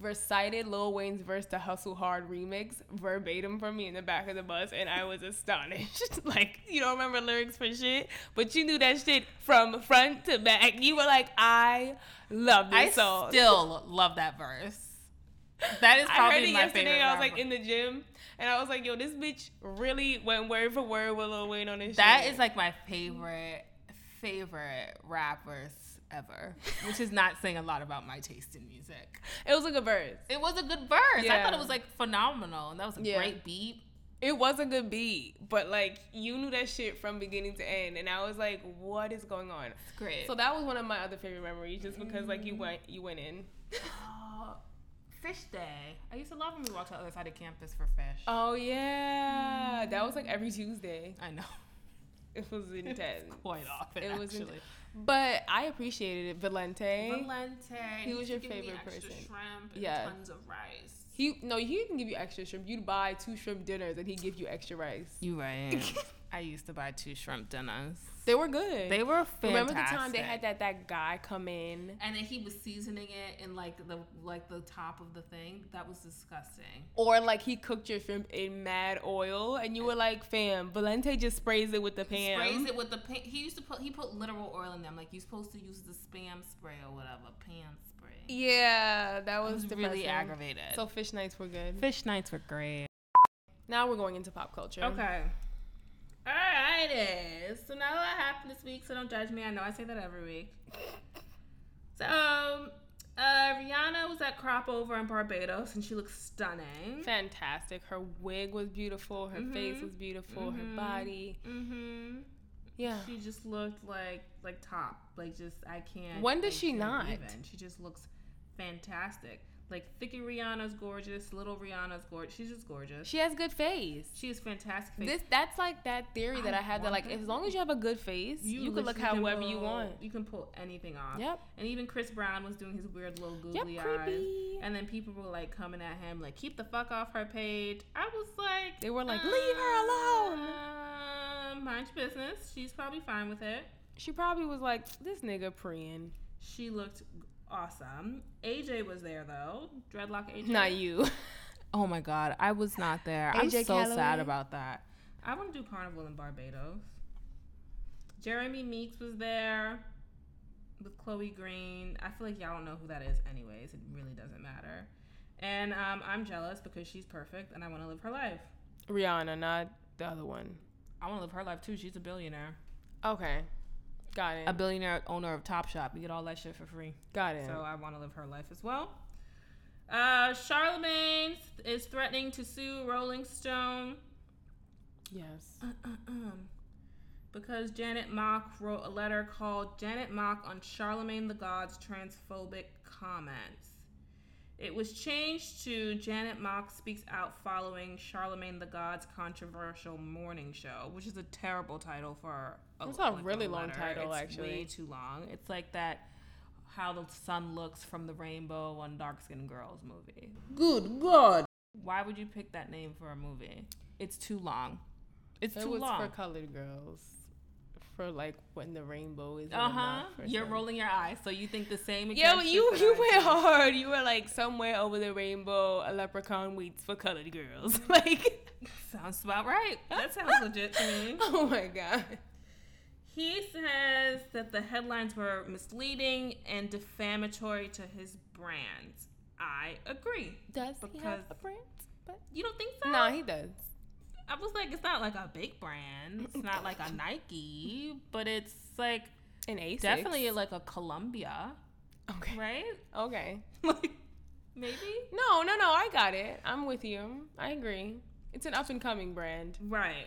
Speaker 2: recited Lil Wayne's verse to Hustle Hard remix verbatim for me in the back of the bus and I was astonished. like you don't remember lyrics for shit, but you knew that shit from front to back. You were like, I love this
Speaker 1: I
Speaker 2: song.
Speaker 1: still love that verse. That is
Speaker 2: I
Speaker 1: probably
Speaker 2: heard it
Speaker 1: my
Speaker 2: yesterday.
Speaker 1: favorite.
Speaker 2: I was like
Speaker 1: rapper.
Speaker 2: in the gym, and I was like, "Yo, this bitch really went word for word with Lil Wayne on this."
Speaker 1: That
Speaker 2: shit.
Speaker 1: is like my favorite, favorite rappers ever, which is not saying a lot about my taste in music.
Speaker 2: It was a good verse.
Speaker 1: It was a good verse. I thought
Speaker 2: Yeah.
Speaker 1: it was like phenomenal, and that was a
Speaker 2: Yeah.
Speaker 1: great beat.
Speaker 2: It was a good beat, but like you knew that shit from beginning to end, and I was like, "What is going on?"
Speaker 1: It's great.
Speaker 2: So that was one of my other favorite memories, just because like you went, you went in.
Speaker 1: Uh, fish day. I used to love when we walked to the other side of campus for fish.
Speaker 2: Oh yeah, that was like every Tuesday.
Speaker 1: I know.
Speaker 2: It was intense,
Speaker 1: Quite often.
Speaker 2: It was in-
Speaker 1: actually.
Speaker 2: but I appreciated it. Valente.
Speaker 1: Valente.
Speaker 2: He was your
Speaker 1: used to give me
Speaker 2: favorite
Speaker 1: extra
Speaker 2: person.
Speaker 1: Shrimp and
Speaker 2: Yeah.
Speaker 1: tons of rice.
Speaker 2: He no, he didn't give you extra shrimp. You'd buy two shrimp dinners, and he'd give you extra rice.
Speaker 1: You right. I used to buy two shrimp dinners.
Speaker 2: They were good.
Speaker 1: They were fantastic.
Speaker 2: Remember the time they had that that guy come in?
Speaker 1: and then he was seasoning it in like the like the top of the thing. That was disgusting.
Speaker 2: Or like he cooked your shrimp in mad oil and you were like, fam, Valente just sprays it with the pan.
Speaker 1: Sprays it with the pan. He used to put he put literal oil in them. Like you're supposed to use the spam spray or whatever Pam spray.
Speaker 2: Yeah, that
Speaker 1: I
Speaker 2: was,
Speaker 1: was
Speaker 2: depressing.
Speaker 1: really aggravated.
Speaker 2: So fish nights were good.
Speaker 1: fish nights were great.
Speaker 2: Now we're going into pop culture.
Speaker 1: Okay. All righty. So now that happened this week, so don't judge me. I know I say that every week. So um, uh, Rihanna was at Crop Over in Barbados, and she looks stunning.
Speaker 2: Fantastic. Her wig was beautiful. Her face was beautiful. Her body.
Speaker 1: Mm-hmm.
Speaker 2: Yeah.
Speaker 1: She just looked like like top. Like just I can't.
Speaker 2: When
Speaker 1: I
Speaker 2: does she
Speaker 1: can't
Speaker 2: not?
Speaker 1: Even. She just looks fantastic. Like thicky Rihanna's gorgeous, little Rihanna's gorgeous. She's just gorgeous.
Speaker 2: She has good face.
Speaker 1: She is fantastic. face.
Speaker 2: This that's like that theory that
Speaker 1: I
Speaker 2: I have that like
Speaker 1: wonder-
Speaker 2: as long as you have a good face, you, can look
Speaker 1: literally can
Speaker 2: however you
Speaker 1: pull-
Speaker 2: want.
Speaker 1: You can pull anything off.
Speaker 2: Yep.
Speaker 1: And even Chris Brown was doing his weird little
Speaker 2: Yep,
Speaker 1: googly eyes.
Speaker 2: creepy.
Speaker 1: And then people were like coming at him, like, keep the fuck off her page. I was like,
Speaker 2: They were like, "Leave her alone."
Speaker 1: Um, mind your business. She's probably fine with it.
Speaker 2: She probably was like, this nigga preying.
Speaker 1: She looked awesome. AJ was there though. Dreadlock AJ.
Speaker 2: Not you.
Speaker 1: Oh my god, I was not there.
Speaker 2: I'm AJ so sad Calloway.
Speaker 1: about that. I want to do carnival in Barbados. Jeremy Meeks was there with Chloe Green. I feel like y'all don't know who that is anyways. It really doesn't matter. And um, I'm jealous because she's perfect and I want to live her life.
Speaker 2: Rihanna, not the other one.
Speaker 1: I want to live her life too. She's a billionaire.
Speaker 2: Okay. Got it.
Speaker 1: billionaire owner of Top Shop. You get all that shit for free.
Speaker 2: Got it.
Speaker 1: So I want to live her life as well. Uh, Charlemagne is
Speaker 2: uh,
Speaker 1: threatening to sue Rolling Stone.
Speaker 2: yes.
Speaker 1: Um, because Janet Mock wrote a letter called Janet Mock on Charlemagne the God's Transphobic Comments. It was changed to Janet Mock Speaks Out Following Charlemagne the God's Controversial Morning Show, which is a terrible title for a
Speaker 2: That's a
Speaker 1: like,
Speaker 2: really long
Speaker 1: letter.
Speaker 2: title,
Speaker 1: It's
Speaker 2: actually.
Speaker 1: way too long. It's like that How the Sun Looks from the Rainbow on Dark Skinned Girls movie.
Speaker 2: Good God.
Speaker 1: Why would you pick that name for a movie? It's too long. It's
Speaker 2: It
Speaker 1: too
Speaker 2: was
Speaker 1: long.
Speaker 2: for colored girls. For like when the rainbow is.
Speaker 1: Uh huh.
Speaker 2: Uh-huh.
Speaker 1: You're
Speaker 2: rolling.
Speaker 1: rolling your eyes, so you think the same.
Speaker 2: Yeah,
Speaker 1: against
Speaker 2: you
Speaker 1: us that
Speaker 2: you
Speaker 1: I
Speaker 2: went
Speaker 1: do.
Speaker 2: hard. You were like somewhere over the rainbow, a leprechaun waits for colored girls. Like,
Speaker 1: Sounds about right. That sounds legit to me.
Speaker 2: oh my god.
Speaker 1: He says that the headlines were misleading and defamatory to his brand. I agree.
Speaker 2: Does
Speaker 1: he have Because- a
Speaker 2: brand? But
Speaker 1: You don't think so?
Speaker 2: no, he does.
Speaker 1: I was like, it's not like a big brand. It's not like a Nike, but it's like
Speaker 2: An Asics.
Speaker 1: definitely like a Columbia,
Speaker 2: Okay.
Speaker 1: right?
Speaker 2: Okay.
Speaker 1: Like maybe.
Speaker 2: No, no, no. I got it. I'm with you. I agree. It's an up and coming brand.
Speaker 1: Right.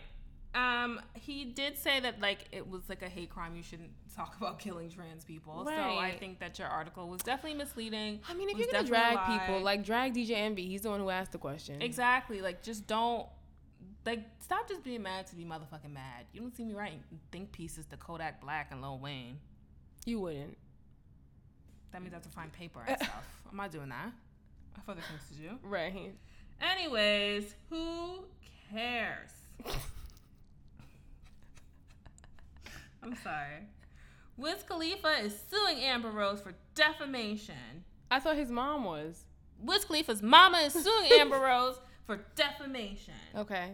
Speaker 1: Um, he did say that like it was like a hate crime. You shouldn't talk about killing trans people. So I
Speaker 2: Right.
Speaker 1: think that your article was definitely misleading.
Speaker 2: I mean, if
Speaker 1: was
Speaker 2: you're
Speaker 1: definitely
Speaker 2: gonna drag
Speaker 1: a lie.
Speaker 2: people, like drag DJ Envy. He's the one who asked the question.
Speaker 1: exactly, like just don't like stop just being mad to be motherfucking mad. You don't see me writing think pieces to Kodak Black and Lil Wayne.
Speaker 2: You wouldn't.
Speaker 1: That means I have to find paper and stuff. I'm not doing that. I have other things to do.
Speaker 2: Right.
Speaker 1: Anyways, who cares? I'm sorry. Wiz Khalifa is suing Amber Rose for defamation.
Speaker 2: I thought his mom was.
Speaker 1: Wiz Khalifa's mama is suing Amber Rose for defamation.
Speaker 2: Okay.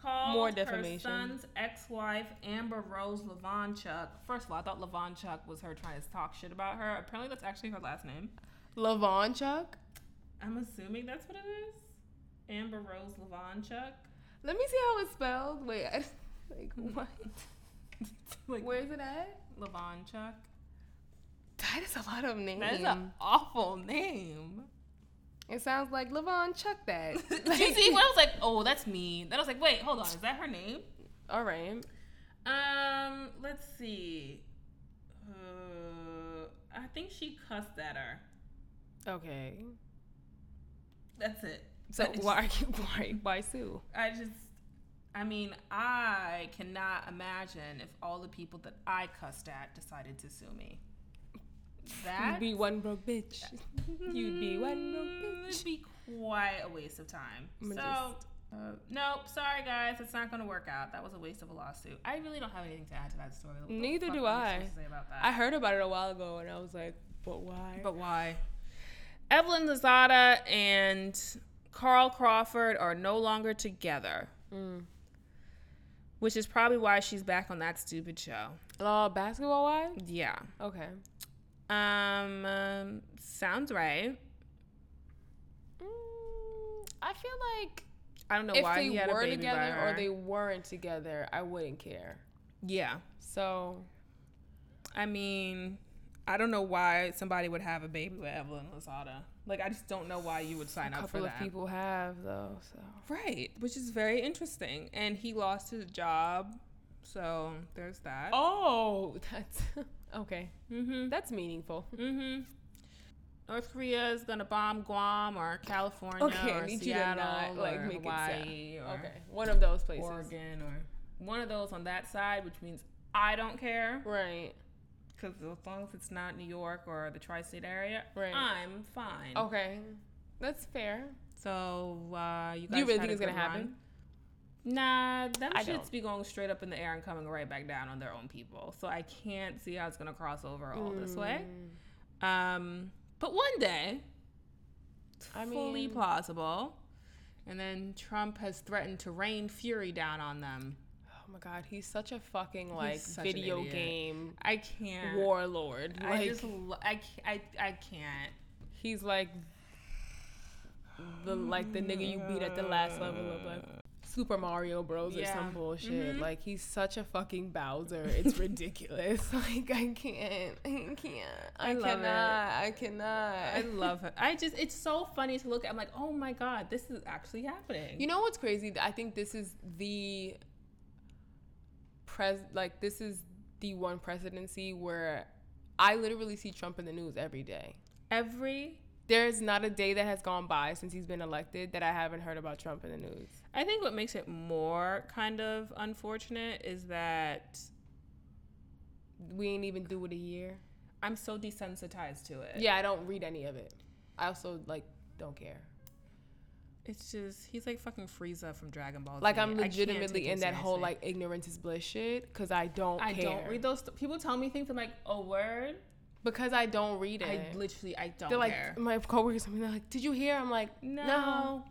Speaker 1: Called
Speaker 2: Oh, More
Speaker 1: her
Speaker 2: defamation.
Speaker 1: son's ex-wife Amber Rose Levanchuk. First of all, I thought Levanchuk was her trying to talk shit about her. Apparently, that's actually her last name.
Speaker 2: Lavon Chuck.
Speaker 1: I'm assuming that's what it is. Amber Rose Levanchuk.
Speaker 2: Let me see how it's spelled. Wait, I, like what?
Speaker 1: like
Speaker 2: Where is it at?
Speaker 1: Levanchuk.
Speaker 2: That is a lot of names.
Speaker 1: That is an awful name.
Speaker 2: it sounds like Levon Chuck that.
Speaker 1: Do you see? When I was like, oh, that's me. Then I was like, wait, hold on, is that her name?
Speaker 2: All right.
Speaker 1: Um, let's see. Uh, I think she cussed at her.
Speaker 2: Okay.
Speaker 1: That's it.
Speaker 2: So
Speaker 1: I just-
Speaker 2: why are you why why Sue?
Speaker 1: I just, I mean, I cannot imagine if all the people that I cussed at decided to sue me. That
Speaker 2: You'd be one broke bitch. You'd be one broke
Speaker 1: Mm, it'd
Speaker 2: bitch.
Speaker 1: be quite a waste of time.
Speaker 2: I'ma
Speaker 1: so,
Speaker 2: just-
Speaker 1: uh, nope. Sorry, guys. It's not going to work out. That was a waste of a lawsuit. I really don't have anything to add to that story. What the
Speaker 2: Neither
Speaker 1: fuck
Speaker 2: do
Speaker 1: am
Speaker 2: I.
Speaker 1: supposed to say about that?
Speaker 2: I heard about it a while ago and I was like, but why?
Speaker 1: But why? Evelyn Lozada and Carl Crawford are no longer together,
Speaker 2: Mm.
Speaker 1: which is probably why she's back on that stupid show.
Speaker 2: Law basketball why?
Speaker 1: Yeah.
Speaker 2: Okay.
Speaker 1: Um, um, sounds right.
Speaker 2: Mm, I feel like
Speaker 1: I don't know
Speaker 2: if
Speaker 1: why
Speaker 2: they
Speaker 1: he had a
Speaker 2: were
Speaker 1: baby by
Speaker 2: together
Speaker 1: her.
Speaker 2: or they weren't together, I wouldn't care.
Speaker 1: Yeah.
Speaker 2: So
Speaker 1: I mean, I don't know why somebody would have a baby with Evelyn Lozada. Like, I just don't know why you would sign
Speaker 2: a
Speaker 1: up for
Speaker 2: couple of
Speaker 1: that.
Speaker 2: people have though, so
Speaker 1: Right, which is very interesting. And he lost his job, so there's that.
Speaker 2: Oh, that's okay.
Speaker 1: Mm-hmm.
Speaker 2: That's meaningful.
Speaker 1: Mm-hmm. North Korea is gonna bomb Guam or California
Speaker 2: Okay, I
Speaker 1: or
Speaker 2: need you to
Speaker 1: Seattle
Speaker 2: not, like,
Speaker 1: or
Speaker 2: make it
Speaker 1: Hawaii or
Speaker 2: Okay, one of those places.
Speaker 1: Oregon or one of those on that side, which means I don't care
Speaker 2: Right.
Speaker 1: because as long as it's not New York or the tri-state area,
Speaker 2: Right. Oh,
Speaker 1: I'm fine.
Speaker 2: Okay, that's fair.
Speaker 1: So uh, you guys
Speaker 2: Do you really
Speaker 1: had
Speaker 2: think
Speaker 1: a
Speaker 2: it's gonna
Speaker 1: good run?
Speaker 2: happen?
Speaker 1: Nah, them
Speaker 2: I
Speaker 1: shits
Speaker 2: don't.
Speaker 1: be going straight up in the air and coming right back down on their own people. So I can't see how it's gonna cross over all this way.
Speaker 2: Mm.
Speaker 1: Um, but one day, it's
Speaker 2: I
Speaker 1: fully
Speaker 2: mean-
Speaker 1: plausible. And then Trump has threatened to rain fury down on them.
Speaker 2: Oh my god, he's such a fucking like
Speaker 1: such an
Speaker 2: video
Speaker 1: idiot.
Speaker 2: game
Speaker 1: I can't.
Speaker 2: warlord. Like
Speaker 1: I just. lo- I, ca- I, I can't.
Speaker 2: he's like the like the nigga you beat at the last level of like Super Mario Bros or
Speaker 1: Yeah.
Speaker 2: some bullshit.
Speaker 1: Mhm.
Speaker 2: Like he's such a fucking Bowser. It's ridiculous. like I can't. I can't. I,
Speaker 1: love it.
Speaker 2: cannot. I cannot.
Speaker 1: I love it. I just. It's so funny to look at. I'm like, oh my god, this is actually happening.
Speaker 2: You know what's crazy? I think this is the pres like this is the one presidency where I literally see Trump in the news every day.
Speaker 1: Every
Speaker 2: There's not a day that has gone by since he's been elected that I haven't heard about Trump in the news.
Speaker 1: I think what makes it more kind of unfortunate is that
Speaker 2: We ain't even do it a year.
Speaker 1: I'm so desensitized to it.
Speaker 2: Yeah, I don't read any of it. I also like don't care.
Speaker 1: It's just he's like fucking Frieza from Dragon Ball.
Speaker 2: Like
Speaker 1: to
Speaker 2: I'm
Speaker 1: me. I can't take
Speaker 2: legitimately
Speaker 1: him
Speaker 2: in that whole
Speaker 1: seriously.
Speaker 2: like ignorance is bliss shit because I don't
Speaker 1: I
Speaker 2: care.
Speaker 1: don't read those. Th- people tell me things. I'm like, a word.
Speaker 2: because I don't read it.
Speaker 1: I literally, I don't
Speaker 2: They're like
Speaker 1: care.
Speaker 2: my coworkers. I mean, they're like, "Did you hear?" I'm like, "No."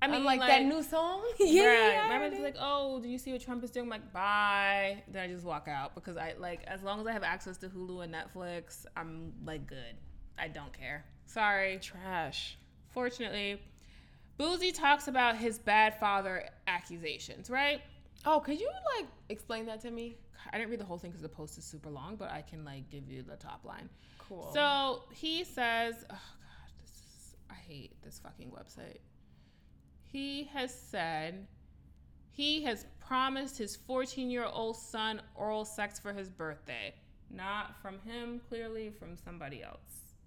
Speaker 1: I
Speaker 2: I mean,
Speaker 1: mean,
Speaker 2: like, that new song. yeah,
Speaker 1: Yeah,
Speaker 2: I
Speaker 1: right.
Speaker 2: heard
Speaker 1: Remember,
Speaker 2: it.
Speaker 1: it's like, oh, do you see what Trump is doing? I'm like, bye. Then I just walk out because I like, as long as I have access to Hulu and Netflix, I'm like good. I don't care. Sorry.
Speaker 2: trash.
Speaker 1: Fortunately, Boozy talks about his bad father accusations. Right?
Speaker 2: Oh, could you like explain that to me?
Speaker 1: I didn't read the whole thing because the post is super long, but I can like give you the top line.
Speaker 2: Cool.
Speaker 1: So he says, oh God, this is, I hate this fucking website. He has said he has promised his 14 year old son oral sex for his birthday. Not from him, clearly, from somebody else.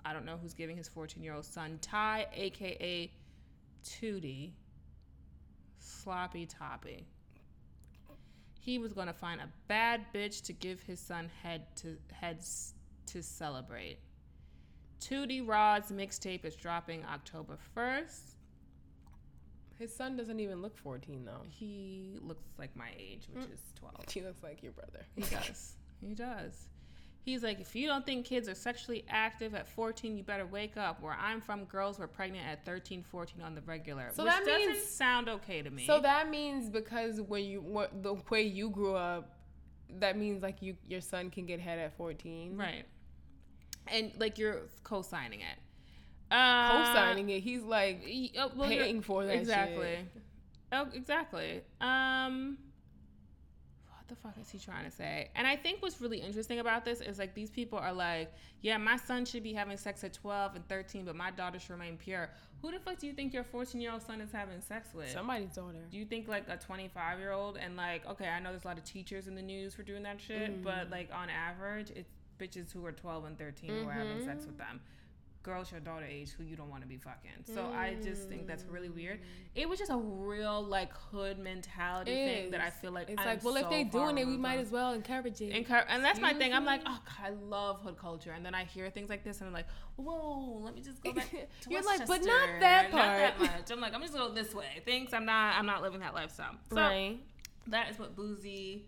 Speaker 1: I don't know who's giving his 14 year old son Ty, aka Tootie, sloppy toppy. He was gonna find a bad bitch to give his son head to heads to celebrate. 2D Rod's mixtape is dropping October 1st.
Speaker 2: his son doesn't even look 14 though.
Speaker 1: He looks like my age,
Speaker 2: Mm.
Speaker 1: which is 12.
Speaker 2: He looks like your brother.
Speaker 1: He does. he does. He's like, if you don't think kids are sexually active at 14, you better wake up. Where I'm from, girls were pregnant at 13, 14 on the regular.
Speaker 2: So
Speaker 1: which
Speaker 2: that
Speaker 1: doesn't
Speaker 2: means-
Speaker 1: sound okay to me.
Speaker 2: So that means because when you what, the way you grew up, that means like you your son can get head at 14.
Speaker 1: right. And like you're co-signing it. Uh,
Speaker 2: Co-signing it, he's like
Speaker 1: Y- oh, well, you're-
Speaker 2: paying for that
Speaker 1: exactly.
Speaker 2: shit.
Speaker 1: Oh, exactly. Um, what the fuck is he trying to say? And I think what's really interesting about this is like these people are like, yeah, my son should be having sex at twelve and thirteen, but my daughter should remain pure. Who the fuck do you think your fourteen year old son is having sex with?
Speaker 2: somebody's daughter.
Speaker 1: do you think like a 25 year old and like okay i know there's a lot of teachers in the news for doing that shit
Speaker 2: Mm-hmm.
Speaker 1: but like on average it's bitches who are 12 and 13 who are having sex
Speaker 2: Mm-hmm.
Speaker 1: with them girls your daughter age who you don't want to be fucking so i just think that's really
Speaker 2: Mm.
Speaker 1: weird it was just a real like hood mentality thing that i feel like
Speaker 2: it's like, well, if they doing it, we might as well encourage it.
Speaker 1: Incur- and that's my thing. I'm like, oh, God, I love hood culture. And then I hear things like this, and I'm like, whoa, let me just go back. To
Speaker 2: You're like, but not
Speaker 1: Westchester,
Speaker 2: that
Speaker 1: Not that
Speaker 2: part.
Speaker 1: much. I'm like, I'm just gonna go this way. Thanks. I'm not. I'm not living that lifestyle. So
Speaker 2: right.
Speaker 1: that is what boozy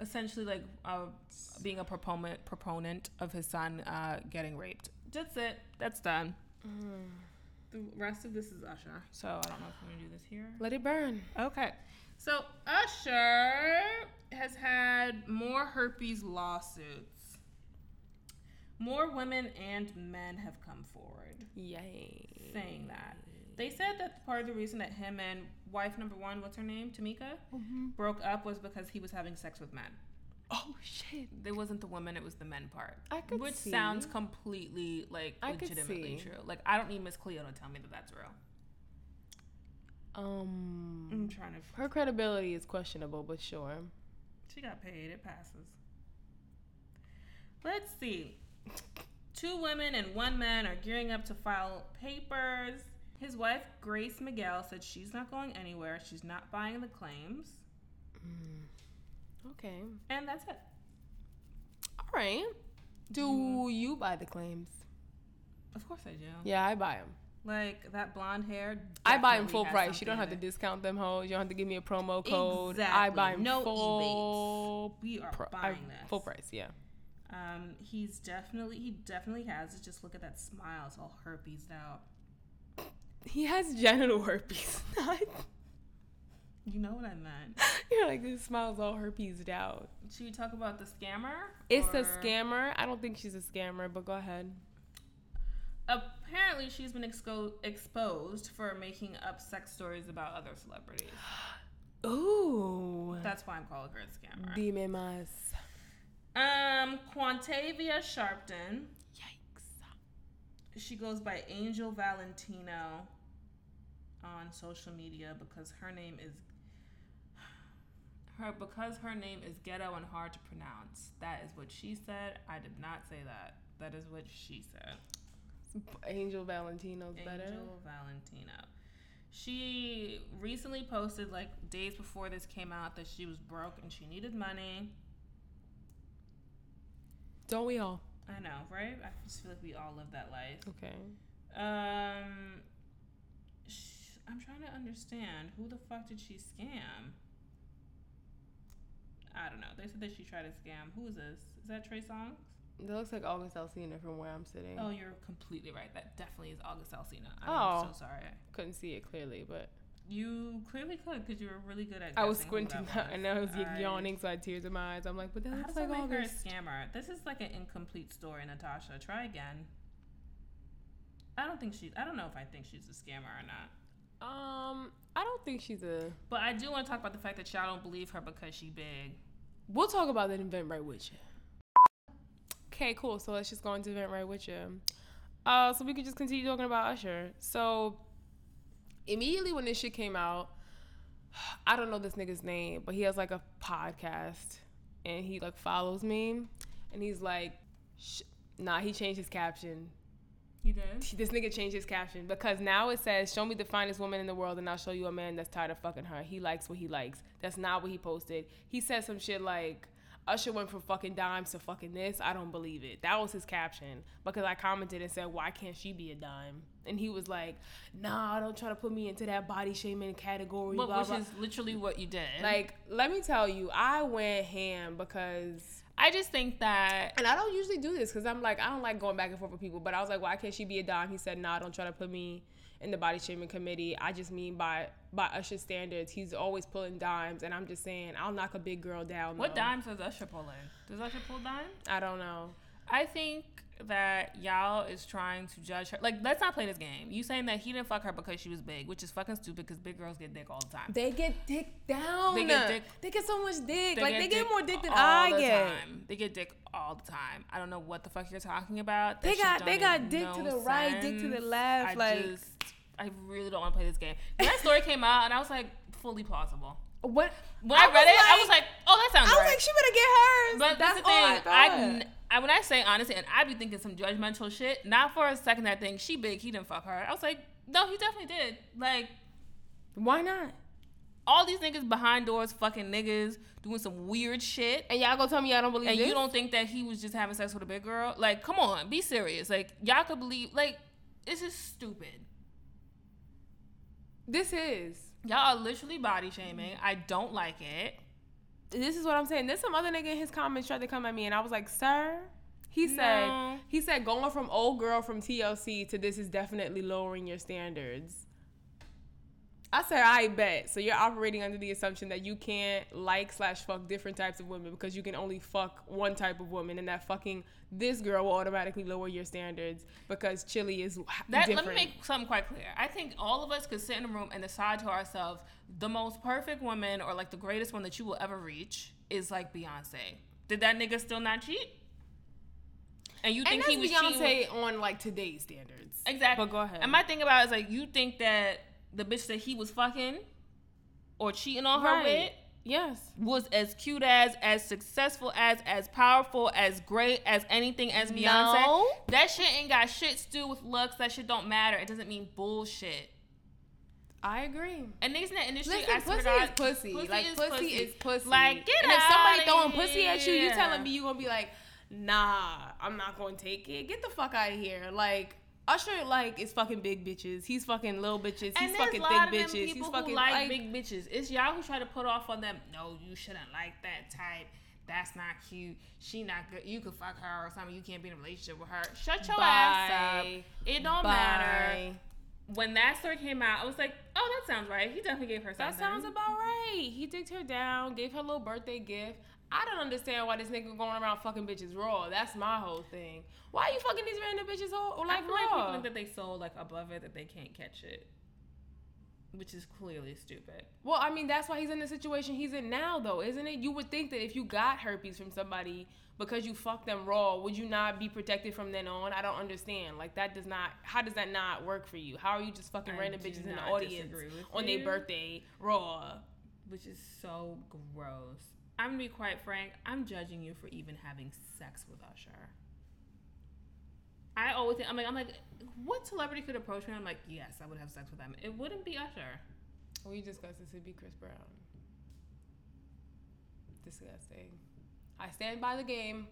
Speaker 1: essentially like uh, being a proponent proponent of his son uh, getting raped that's it that's done the rest of this is usher so i don't know if i'm gonna do this here
Speaker 2: Let it burn.
Speaker 1: okay so usher has had more herpes lawsuits more women and men have come forward
Speaker 2: Yay.
Speaker 1: saying that. They said that part of the reason that him and wife number one, what's her name, Tamika,
Speaker 2: Mm-hmm.
Speaker 1: broke up was because he was having sex with men.
Speaker 2: Oh shit.
Speaker 1: It wasn't the women; it was the men part,
Speaker 2: I could
Speaker 1: which
Speaker 2: see.
Speaker 1: sounds completely like
Speaker 2: I could
Speaker 1: legitimately
Speaker 2: see.
Speaker 1: true. Like I don't need Miss Cleo to tell me that that's real.
Speaker 2: Um,
Speaker 1: I'm trying to. f-
Speaker 2: her credibility is questionable, but sure.
Speaker 1: She got paid; it passes. Let's see. Two women and one man are gearing up to file papers. His wife, Grace Miguel, said she's not going anywhere. She's not buying the claims.
Speaker 2: Okay.
Speaker 1: And that's it.
Speaker 2: All right. Do you buy the claims?
Speaker 1: Of course I do.
Speaker 2: Yeah, I buy them.
Speaker 1: Like that blonde hair.
Speaker 2: I buy them
Speaker 1: definitely
Speaker 2: full
Speaker 1: has
Speaker 2: price. You
Speaker 1: something
Speaker 2: don't have
Speaker 1: in
Speaker 2: to
Speaker 1: it.
Speaker 2: discount them hoes. You don't have to give me a promo code. I
Speaker 1: Exactly.
Speaker 2: buy them
Speaker 1: No
Speaker 2: full.
Speaker 1: rebates. We are
Speaker 2: pro- I-
Speaker 1: buying this.
Speaker 2: Full price, yeah.
Speaker 1: Um, he's definitely he definitely has it. Just look at that smile. It's all herpes out.
Speaker 2: He has genital herpes.
Speaker 1: You know what I meant.
Speaker 2: You're like this smile's all herpesed out.
Speaker 1: Should we talk about the scammer?
Speaker 2: It's a
Speaker 1: Or-
Speaker 2: scammer. I don't think she's a scammer, but go ahead.
Speaker 1: Apparently, she's been exco- exposed for making up sex stories about other celebrities.
Speaker 2: Ooh.
Speaker 1: That's why I'm calling her a scammer.
Speaker 2: Dime más.
Speaker 1: Um, Quantavia Sharpton.
Speaker 2: Yikes.
Speaker 1: she goes by Angel Valentino on social media because her name is her because her name is ghetto and hard to pronounce. That is what she said. I did not say that. That is what she said.
Speaker 2: Angel Valentino's better.
Speaker 1: Angel Valentino. She recently posted like days before this came out that she was broke and she needed money.
Speaker 2: Don't we all?
Speaker 1: I know, right? I just feel like we all live that life.
Speaker 2: Okay.
Speaker 1: Um, sh- I'm trying to understand who the fuck did she scam? I don't know. They said that she tried to scam. Who is this? Is that Trey Songz?
Speaker 2: That looks like August Alsina from where I'm sitting.
Speaker 1: Oh, you're completely right. That definitely is August Alsina. I'm
Speaker 2: Oh.
Speaker 1: so sorry.
Speaker 2: Couldn't see it clearly, but
Speaker 1: You clearly could because you were really good at.
Speaker 2: I was
Speaker 1: guessing who
Speaker 2: squinting
Speaker 1: that
Speaker 2: and I was
Speaker 1: I-
Speaker 2: yawning, so I had tears in my eyes. I'm like, but that
Speaker 1: How does
Speaker 2: looks
Speaker 1: that
Speaker 2: like
Speaker 1: make her a
Speaker 2: August.
Speaker 1: scammer? This is like an incomplete story, Natasha. Try again. I don't think she. I don't know if I think she's a scammer or not.
Speaker 2: Um, I don't think she's a.
Speaker 1: But I do want to talk about the fact that y'all don't believe her because she big.
Speaker 2: We'll talk about that in Vent Right With You. Okay, cool. So let's just go into Vent Right With You. Uh, so we could just continue talking about Usher. So immediately when this shit came out, I don't know this nigga's name, but he has like a podcast and he like follows me and he's like, Sh-. nah, he changed his caption.
Speaker 1: You did?
Speaker 2: This nigga changed his caption because now it says, "Show me the finest woman in the world, and I'll show you a man that's tired of fucking her. He likes what he likes." That's not what he posted. He said some shit like, "Usher went from fucking dimes to fucking this." I don't believe it. That was his caption because I commented and said, "Why can't she be a dime?" And he was like, "Nah, don't try to put me into that body shaming category."
Speaker 1: But
Speaker 2: blah,
Speaker 1: which
Speaker 2: blah.
Speaker 1: is literally what you did.
Speaker 2: like, let me tell you, I went ham because
Speaker 1: I just think that
Speaker 2: and I don't usually do this because I'm like, I don't like going back and forth with people. But I was like, why can't she be a dime? He said, nah, don't try to put me in the body shaming committee. I just mean by by Usher's standards, he's always pulling dimes, and I'm just saying, I'll knock a big girl down.
Speaker 1: what
Speaker 2: though.
Speaker 1: dimes does Usher pull in? Does Usher pull dime?
Speaker 2: I don't know.
Speaker 1: I think that y'all is trying to judge her. Like, let's not play this game. You saying that he didn't fuck her because she was big, which is fucking stupid because big girls get dick all the time.
Speaker 2: They get dick down.
Speaker 1: They get dick-
Speaker 2: They get so much dick. like they get
Speaker 1: dick
Speaker 2: more dick than
Speaker 1: all
Speaker 2: I
Speaker 1: the
Speaker 2: get.
Speaker 1: Time. They get dick all the time. I don't know what the fuck you're talking about. That
Speaker 2: They
Speaker 1: shit
Speaker 2: got-
Speaker 1: don't
Speaker 2: they got
Speaker 1: make
Speaker 2: dick to the right, dick to the left,
Speaker 1: I
Speaker 2: like-
Speaker 1: just, I really don't want to play this game. When that story came out, and I was like, fully plausible.
Speaker 2: What?
Speaker 1: When I, read it, I was like, oh, that
Speaker 2: I
Speaker 1: sounds
Speaker 2: was
Speaker 1: right.
Speaker 2: like, she better get hers.
Speaker 1: But
Speaker 2: that's
Speaker 1: that's the thing.
Speaker 2: all I
Speaker 1: I,
Speaker 2: thought.
Speaker 1: n- I- when I say honestly, and I be thinking some judgmental shit. Not for a second, I think she big. He didn't fuck her. I was like, no, he definitely did. Like
Speaker 2: Why not?
Speaker 1: all these niggas behind doors, fucking niggas, doing some weird shit.
Speaker 2: And y'all gonna tell me y'all don't believe
Speaker 1: And
Speaker 2: this?
Speaker 1: you don't think that he was just having sex with a big girl? Like, come on, be serious. Like, y'all could believe. Like, this is stupid.
Speaker 2: This is.
Speaker 1: Y'all are literally body shaming. I don't like it.
Speaker 2: this is what I'm saying. There's some other nigga in his comments tried to come at me, and I was like, "Sir," he said.
Speaker 1: No.
Speaker 2: He said, "Going from old girl from TLC to this is definitely lowering your standards." I said, "I bet." So you're operating under the assumption that you can't like slash fuck different types of women because you can only fuck one type of woman, and that fucking this girl will automatically lower your standards because Chili is
Speaker 1: That
Speaker 2: different.
Speaker 1: let me make something quite clear. I think all of us could sit in a room and decide to ourselves the most perfect woman or like the greatest one that you will ever reach is like Beyonce. Did that nigga still not cheat? And you
Speaker 2: and
Speaker 1: think
Speaker 2: that's
Speaker 1: he was cheating? with-
Speaker 2: Beyonce on like today's standards.
Speaker 1: exactly.
Speaker 2: But go ahead.
Speaker 1: And my thing about it is like you think that the bitch that he was fucking or cheating on her
Speaker 2: Right.
Speaker 1: with
Speaker 2: Yes.
Speaker 1: was as cute as, as successful as, as powerful, as great as anything as Beyonce.
Speaker 2: No.
Speaker 1: That shit ain't got shit to do with looks. That shit don't matter. It doesn't mean bullshit.
Speaker 2: I agree.
Speaker 1: And niggas in that industry,
Speaker 2: Listen,
Speaker 1: I swear
Speaker 2: pussy
Speaker 1: to God,
Speaker 2: is pussy. like pussy, is pussy.
Speaker 1: Like get
Speaker 2: and
Speaker 1: out.
Speaker 2: if somebody
Speaker 1: of
Speaker 2: throwing pussy at you, you
Speaker 1: here.
Speaker 2: telling me you gonna be like, nah, I'm not gonna take it. Get the fuck out of here. Like Usher, like is fucking big bitches. He's fucking little bitches.
Speaker 1: And
Speaker 2: He's
Speaker 1: there's
Speaker 2: fucking
Speaker 1: a lot
Speaker 2: thick
Speaker 1: of them
Speaker 2: bitches. He's
Speaker 1: people
Speaker 2: fucking
Speaker 1: who like,
Speaker 2: like-
Speaker 1: big bitches. It's y'all who try to put off on them. No, you shouldn't like that type. That's not cute. She not good. You could fuck her or something. You can't be in a relationship with her. Shut your ass up.
Speaker 2: Bye.
Speaker 1: It don't matter.
Speaker 2: Bye.
Speaker 1: When that story came out, I was like, oh, that sounds right. He definitely gave her something.
Speaker 2: That sounds about right. He dicked her down, gave her a little birthday gift. I don't understand why this nigga going around fucking bitches raw. That's my whole thing. Why you fucking these random bitches whole,
Speaker 1: I
Speaker 2: like
Speaker 1: feel like people
Speaker 2: raw?
Speaker 1: think that they so like above it that they can't catch it, which is clearly stupid.
Speaker 2: Well, I mean, that's why he's in the situation he's in now, though, isn't it? You would think that if you got herpes from somebody because you fucked them raw, would you not be protected from then on? I don't understand. Like, that does not, how does that not work for you? How are you just fucking
Speaker 1: I
Speaker 2: random
Speaker 1: do
Speaker 2: bitches in the
Speaker 1: not
Speaker 2: audience
Speaker 1: disagree with
Speaker 2: on their
Speaker 1: you.
Speaker 2: birthday raw?
Speaker 1: which is so gross. I'm gonna be quite frank. I'm judging you for even having sex with Usher. I always think I'm like I'm like, what celebrity could approach me? I'm like, yes, I would have sex with them. It wouldn't be Usher.
Speaker 2: We discussed this. It'd be Chris Brown. Disgusting. I stand by the game.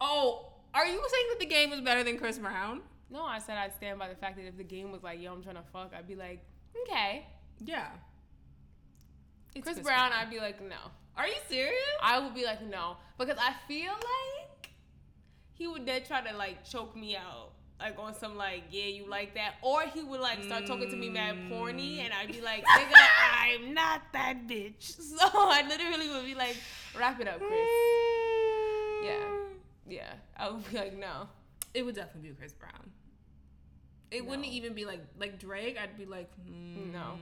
Speaker 1: Oh, are you saying that the game was better than Chris Brown?
Speaker 2: No, I said I'd stand by the fact that if the game was like, yo, I'm trying to fuck, I'd be like, okay.
Speaker 1: Yeah.
Speaker 2: Chris, Chris Brown, I'd be like, no.
Speaker 1: Are you serious?
Speaker 2: I would be like, no. Because I feel like he would then try to like choke me out. Like on some like, yeah, you like that. Or he would like start talking to me mad porny and I'd be like, nigga, I'm not that bitch. So I literally would be like, wrap it up, Chris. Yeah. Yeah. I would be like, no.
Speaker 1: It would definitely be Chris Brown. It
Speaker 2: No.
Speaker 1: wouldn't even be like like Drake. I'd be like, mm,
Speaker 2: No.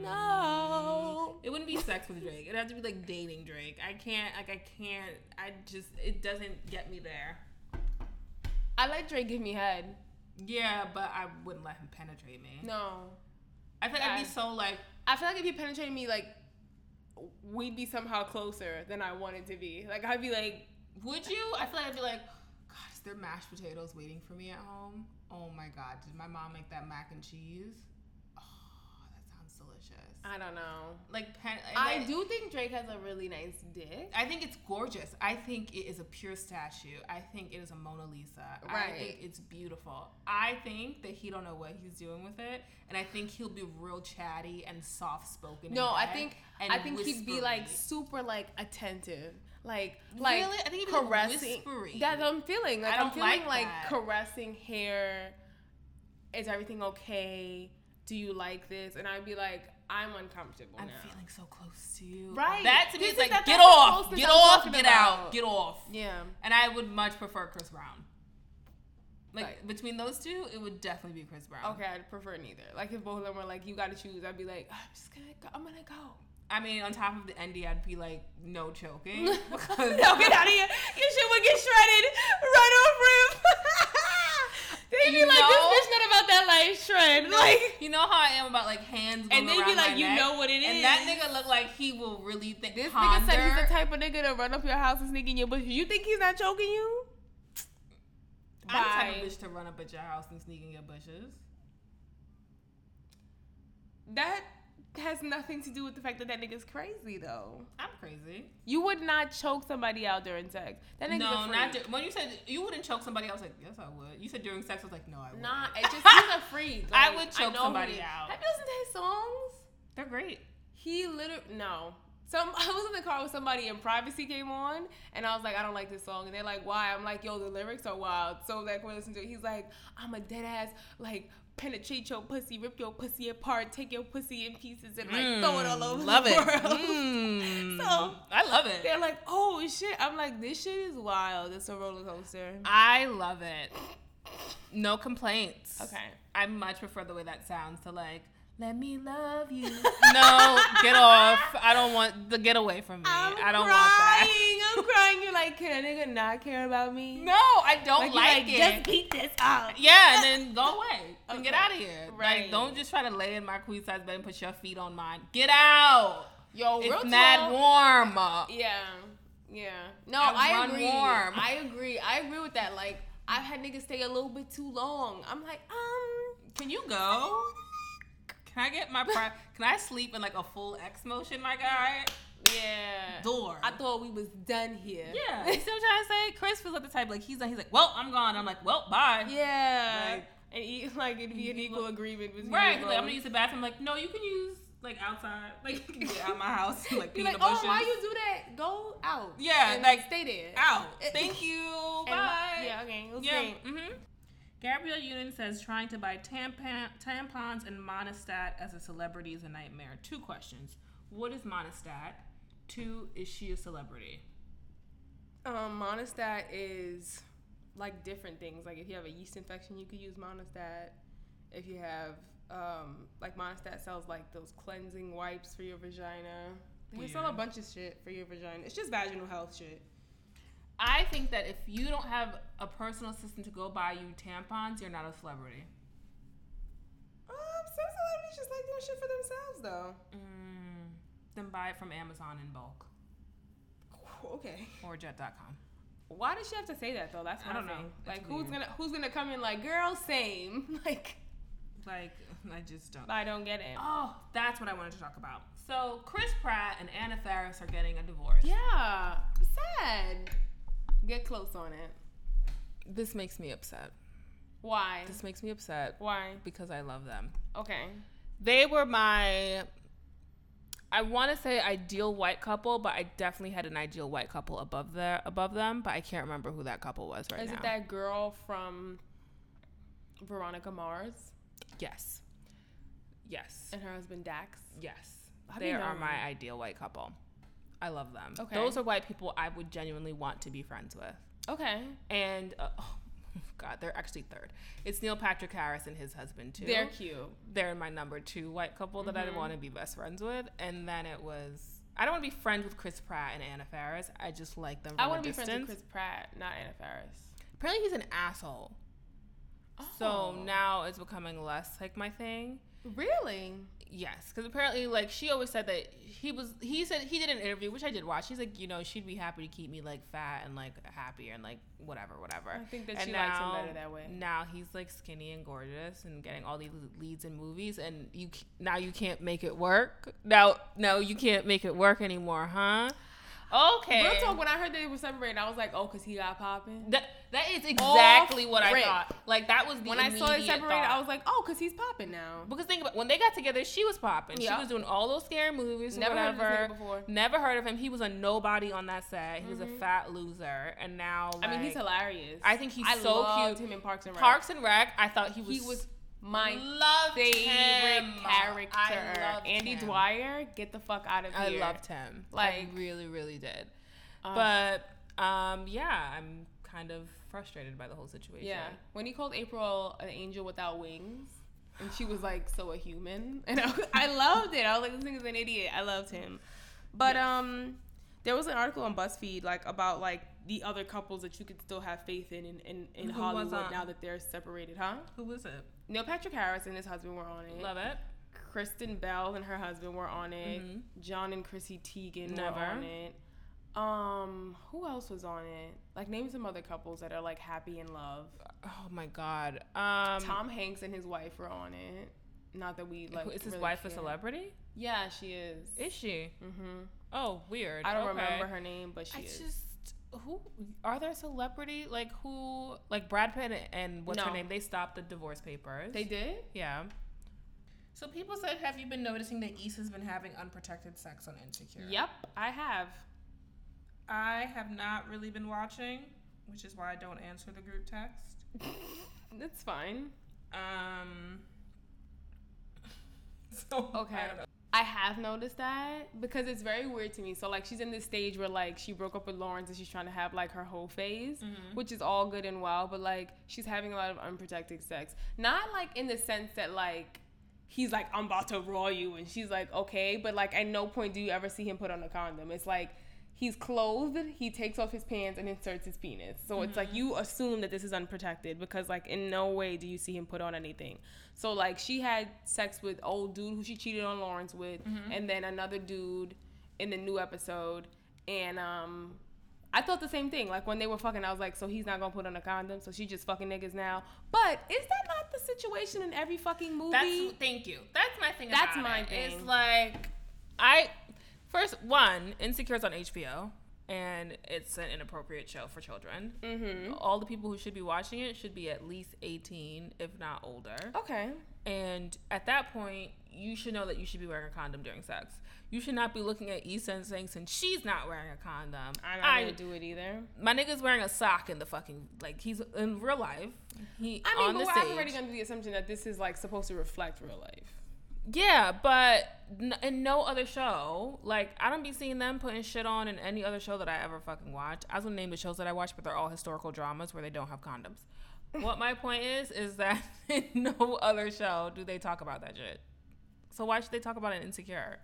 Speaker 1: no. It wouldn't be sex with Drake. It'd have to be like dating Drake. I can't. Like I can't. I just. It doesn't get me there.
Speaker 2: I let Drake give me head.
Speaker 1: Yeah, but I wouldn't let him penetrate me.
Speaker 2: No.
Speaker 1: I think I'd
Speaker 2: I-
Speaker 1: be so like.
Speaker 2: I feel like if he penetrated me, like we'd be somehow closer than I wanted to be. Like I'd be like,
Speaker 1: Would you? I feel like I'd be like, God, is there mashed potatoes waiting for me at home? Oh my God, did my mom make that mac and cheese? Oh, that sounds delicious.
Speaker 2: I don't know.
Speaker 1: Like pen.
Speaker 2: I do think Drake has a really nice dick.
Speaker 1: I think it's gorgeous. I think it is a pure statue. I think it is a Mona Lisa. I think
Speaker 2: Right.
Speaker 1: it's beautiful. I think that he don't know what he's doing with it, and I think he'll be real chatty and soft spoken.
Speaker 2: No, I think I think he'd be like super like attentive, like like
Speaker 1: Really? I think he'd be, like,
Speaker 2: caressing.
Speaker 1: whispery.
Speaker 2: That's what I'm feeling. Like
Speaker 1: I
Speaker 2: I
Speaker 1: don't
Speaker 2: am feeling
Speaker 1: like
Speaker 2: like,
Speaker 1: that.
Speaker 2: caressing hair. Is everything okay? Do you like this? And I'd be like, I'm uncomfortable
Speaker 1: I'm
Speaker 2: now.
Speaker 1: feeling so close to you.
Speaker 2: Right.
Speaker 1: That to me is
Speaker 2: This is
Speaker 1: like
Speaker 2: that-
Speaker 1: get
Speaker 2: that's the
Speaker 1: off,
Speaker 2: closeness
Speaker 1: get
Speaker 2: I'm
Speaker 1: off,
Speaker 2: talking
Speaker 1: get out,
Speaker 2: about.
Speaker 1: get off.
Speaker 2: yeah.
Speaker 1: And I would much prefer Chris Brown. Like
Speaker 2: Right.
Speaker 1: between those two, it would definitely be Chris Brown.
Speaker 2: Okay, I'd prefer neither. Like if both of them were like, you gotta choose, I'd be like, "Oh, I'm just gonna go. I'm gonna go.
Speaker 1: I mean, on top of the ND, I'd be like no choking.
Speaker 2: no, get out of here. Your shit would get shredded right off roof. They'd be
Speaker 1: You
Speaker 2: like,
Speaker 1: know-
Speaker 2: this bitch not about that life shred. Like,
Speaker 1: you know how I am about like hands. going
Speaker 2: And they be
Speaker 1: around
Speaker 2: like,
Speaker 1: my
Speaker 2: "You
Speaker 1: neck?
Speaker 2: know what it
Speaker 1: And
Speaker 2: is."
Speaker 1: that nigga look like he will really think.
Speaker 2: this
Speaker 1: ponder.
Speaker 2: nigga said he's the type of nigga to run up your house and sneak in your bushes. You think he's not choking you?
Speaker 1: I'm the
Speaker 2: Bye.
Speaker 1: type of bitch to run up at your house and sneak in your bushes.
Speaker 2: That has nothing to do with the fact that that nigga's crazy though.
Speaker 1: I'm crazy.
Speaker 2: You would not choke somebody out during sex. That nigga's a
Speaker 1: No,
Speaker 2: freak.
Speaker 1: not dur- when you said you wouldn't choke somebody. I was like, yes, I would. You said during sex. I was like, no, I would.
Speaker 2: Nah, it just he's a freak.
Speaker 1: I
Speaker 2: Like,
Speaker 1: would choke
Speaker 2: know who
Speaker 1: somebody
Speaker 2: he-
Speaker 1: out.
Speaker 2: Have you listened to his songs?
Speaker 1: They're great.
Speaker 2: He literally no. Some I was in the car with somebody and Privacy came on and I was like, I don't like this song. And they're like, why? I'm like, yo, the lyrics are wild. So like when I listen to it, he's like, I'm a dead ass, like penetrate your pussy, rip your pussy apart, take your pussy in pieces and like throw
Speaker 1: Hmm,
Speaker 2: it all
Speaker 1: Mm,
Speaker 2: over. the world." So,
Speaker 1: I love it.
Speaker 2: They're like, oh shit. I'm like, this shit is wild. It's a roller coaster.
Speaker 1: I love it. No complaints.
Speaker 2: Okay.
Speaker 1: I much prefer the way that sounds to like, let me love you. no, get off. I don't want the get away from me. I'm I do not want that.
Speaker 2: crying. I'm crying. You're like, can a nigga not care about me?
Speaker 1: No, I don't
Speaker 2: you
Speaker 1: like, it.
Speaker 2: Just beat this up.
Speaker 1: yeah, and then go away and get
Speaker 2: Okay.
Speaker 1: out of here. Like,
Speaker 2: Right.
Speaker 1: don't just try to lay in my queen size bed and put your feet on mine. Get out.
Speaker 2: Yo,
Speaker 1: It's
Speaker 2: real
Speaker 1: mad
Speaker 2: talk.
Speaker 1: warm.
Speaker 2: Yeah, yeah. No,
Speaker 1: And
Speaker 2: I
Speaker 1: run
Speaker 2: agree.
Speaker 1: warm.
Speaker 2: I agree. I agree with that. Like, I've had niggas stay a little bit too long. I'm like, um,
Speaker 1: Can you go? Can I get my pri- Can I sleep in like a full X motion, my guy?
Speaker 2: yeah.
Speaker 1: Door.
Speaker 2: I thought we was done here.
Speaker 1: Yeah. You see what I'm trying to say? Chris feels like the type, like, he's like, he's like, well, I'm gone. I'm like, well, bye.
Speaker 2: yeah.
Speaker 1: Like-
Speaker 2: and e- like it'd be an
Speaker 1: You
Speaker 2: equal
Speaker 1: look-
Speaker 2: agreement between
Speaker 1: Right.
Speaker 2: you
Speaker 1: He's like, I'm
Speaker 2: both.
Speaker 1: going to use the bathroom. like, no, you can use, like, outside. Like, you can get out my house. and, Like, pee
Speaker 2: Be
Speaker 1: in
Speaker 2: like,
Speaker 1: the
Speaker 2: oh,
Speaker 1: bushes.
Speaker 2: why you do that? Go out.
Speaker 1: Yeah,
Speaker 2: and,
Speaker 1: like,
Speaker 2: stay there.
Speaker 1: Out.
Speaker 2: It-
Speaker 1: Thank you.
Speaker 2: And,
Speaker 1: bye.
Speaker 2: Yeah. Okay. It was
Speaker 1: Yeah.
Speaker 2: great.
Speaker 1: Mm-hmm. Gabrielle Union says trying to buy tampon, tampons and Monistat as a celebrity is a nightmare. Two questions. What is Monistat? Two, is she a celebrity?
Speaker 2: Um, monostat is like different things. Like if you have a yeast infection, you could use monostat. If you have um, like monostat sells like those cleansing wipes for your vagina. They sell a
Speaker 1: Weird.
Speaker 2: bunch of shit for your vagina. It's just vaginal health shit.
Speaker 1: I think that if you don't have a personal assistant to go buy you tampons, you're not a celebrity.
Speaker 2: Um, some celebrities just like doing shit for themselves though.
Speaker 1: Mm. Then buy it from Amazon in bulk
Speaker 2: Okay.
Speaker 1: or jet.com.
Speaker 2: Why does she have to say that though? That's
Speaker 1: I
Speaker 2: my
Speaker 1: don't know.
Speaker 2: thing.
Speaker 1: That's
Speaker 2: Like, who's
Speaker 1: weird.
Speaker 2: gonna who's gonna come in like, girl, same. Like,
Speaker 1: Like, I just don't.
Speaker 2: I don't get it.
Speaker 1: Oh, that's what I wanted to talk about. So, Chris Pratt and Anna Faris are getting a divorce.
Speaker 2: Yeah, sad. Get close on it.
Speaker 1: This makes me upset.
Speaker 2: Why?
Speaker 1: This makes me upset
Speaker 2: Why?
Speaker 1: because I love them.
Speaker 2: Okay.
Speaker 1: They were my I want to say ideal white couple, but I definitely had an ideal white couple above their above them, but I can't remember who that couple was right
Speaker 2: Is
Speaker 1: now.
Speaker 2: it that girl from Veronica Mars
Speaker 1: yes. Yes.
Speaker 2: and her husband Dax?
Speaker 1: Yes.
Speaker 2: How do
Speaker 1: They
Speaker 2: you
Speaker 1: are
Speaker 2: know?
Speaker 1: my ideal white couple. I love them.
Speaker 2: Okay.
Speaker 1: Those are white people I would genuinely want to be friends with.
Speaker 2: Okay.
Speaker 1: And uh, oh god, they're actually third. It's Neil Patrick Harris and his husband too.
Speaker 2: They're Mm-hmm. cute.
Speaker 1: they're my number two white couple that I want to be best friends with. And then it was I don't want to be friends with Chris Pratt and Anna Faris. I just like them. From
Speaker 2: I
Speaker 1: want to
Speaker 2: be friends with Chris Pratt, not Anna Faris.
Speaker 1: Apparently, he's an asshole. So
Speaker 2: Oh.
Speaker 1: now it's becoming less like my thing.
Speaker 2: Really?
Speaker 1: Yes, because apparently, like she always said that he was. He said he did an interview, which I did watch. He's like, you know, she'd be happy to keep me like fat and like happier and like whatever, whatever.
Speaker 2: I think that
Speaker 1: And
Speaker 2: she likes him better that way.
Speaker 1: Now he's like skinny and gorgeous and getting all these leads in movies, and you c- now you can't make it work. Now, no, you can't make it work anymore, huh? Okay.
Speaker 2: Real talk, when I heard they were separated, I was like, oh, because he got popping.
Speaker 1: That, that is exactly what I
Speaker 2: rip.
Speaker 1: thought. Like that was the
Speaker 2: When I saw it
Speaker 1: immediate
Speaker 2: separated,
Speaker 1: thought.
Speaker 2: I was like, oh, because he's popping now.
Speaker 1: Because think about when they got together, she was popping.
Speaker 2: Yeah.
Speaker 1: She was doing all those scary movies. and
Speaker 2: Never heard of
Speaker 1: whatever.
Speaker 2: this nigga before.
Speaker 1: Never heard of him. He was a nobody on that set. He was a fat loser, and now
Speaker 2: I mean, he's
Speaker 1: like,
Speaker 2: hilarious.
Speaker 1: I think he's
Speaker 2: I
Speaker 1: so
Speaker 2: loved
Speaker 1: cute.
Speaker 2: him in Parks and Rec.
Speaker 1: Parks and Rec. I thought he was.
Speaker 2: he was my
Speaker 1: loved
Speaker 2: favorite
Speaker 1: him.
Speaker 2: character.
Speaker 1: I loved
Speaker 2: Andy
Speaker 1: him.
Speaker 2: Dwyer, get the fuck out of
Speaker 1: I
Speaker 2: here.
Speaker 1: loved him.
Speaker 2: Like- uh,
Speaker 1: I really, really did.
Speaker 2: Ugh.
Speaker 1: but um, yeah, I'm kind of frustrated by the whole situation.
Speaker 2: yeah. When he called April an angel without wings, and she was like, "So a human," and I, I loved it. I was like, "This nigga's an idiot." I loved him. But
Speaker 1: Yes.
Speaker 2: um, there was an article on BuzzFeed like about like the other couples that you could still have faith in in, in, in
Speaker 1: Who was um,
Speaker 2: Hollywood
Speaker 1: on?
Speaker 2: now that they're separated, huh?
Speaker 1: Who was it?
Speaker 2: Neil Patrick Harris and his husband were on it.
Speaker 1: Love it.
Speaker 2: Kristen Bell and her husband were on it.
Speaker 1: Mhm.
Speaker 2: John and Chrissy Teigen
Speaker 1: Never.
Speaker 2: were on it. Um, who else was on it? Like name some other couples that are like happy in love.
Speaker 1: Oh my God. Um,
Speaker 2: Tom Hanks and his wife were on it. Not that we like.
Speaker 1: who- is his
Speaker 2: really
Speaker 1: wife a
Speaker 2: care.
Speaker 1: celebrity?
Speaker 2: Yeah, she is.
Speaker 1: Is she?
Speaker 2: hmm
Speaker 1: Oh, weird.
Speaker 2: I don't
Speaker 1: Okay.
Speaker 2: remember her name, but she
Speaker 1: I
Speaker 2: is.
Speaker 1: just who are there celebrity like who like Brad Pitt and, and what's her
Speaker 2: No.
Speaker 1: name? They stopped the divorce papers.
Speaker 2: They did.
Speaker 1: yeah. So people said, have you been noticing that Issa has been having unprotected sex on Insecure?
Speaker 2: Yep, I have.
Speaker 1: I have not really been watching, which is why I don't answer the group text.
Speaker 2: That's fine.
Speaker 1: Um. So
Speaker 2: Okay. I, have noticed that because it's very weird to me. So like she's in this stage where like she broke up with Lawrence and she's trying to have like her whole phase,
Speaker 1: Mm-hmm.
Speaker 2: which is all good and well, but like she's having a lot of unprotected sex. Not like in the sense that like he's like I'm about to raw you and she's like okay, but like at no point do you ever see him put on a condom. It's like he's clothed, he takes off his pants and inserts his penis. So it's like you assume that this is unprotected because like in no way do you see him put on anything. So like she had sex with old dude who she cheated on Lawrence with and then another dude in the new episode and um I thought the same thing. Like when they were fucking, I was like, so he's not gonna put on a condom, so she just fucking niggas now. But is that not the situation in every fucking movie?
Speaker 1: That's thank you. That's my thing.
Speaker 2: That's
Speaker 1: about
Speaker 2: my
Speaker 1: it.
Speaker 2: thing.
Speaker 1: It's like I first one Insecure's on HBO, and it's an inappropriate show for children. Mm-hmm. All the people who should be watching it should be at least eighteen, if not older.
Speaker 2: okay.
Speaker 1: And at that point, you should know that you should be wearing a condom during sex. You should not be looking at Issa and saying, since she's not wearing a condom,
Speaker 2: I'm not
Speaker 1: I,
Speaker 2: gonna do it either.
Speaker 1: my nigga's wearing a sock in the fucking like he's in real life. He
Speaker 2: I mean,
Speaker 1: on
Speaker 2: but
Speaker 1: the
Speaker 2: we're-
Speaker 1: stage.
Speaker 2: I'm already under the assumption that this is like supposed to reflect real life.
Speaker 1: Yeah, but n- in no other show, like I don't be seeing them putting shit on in any other show that I ever fucking watch. I was gonna name the shows that I watch, but they're all historical dramas where they don't have condoms. what my point is is that in no other show do they talk about that shit. So why should they talk about it in insecure?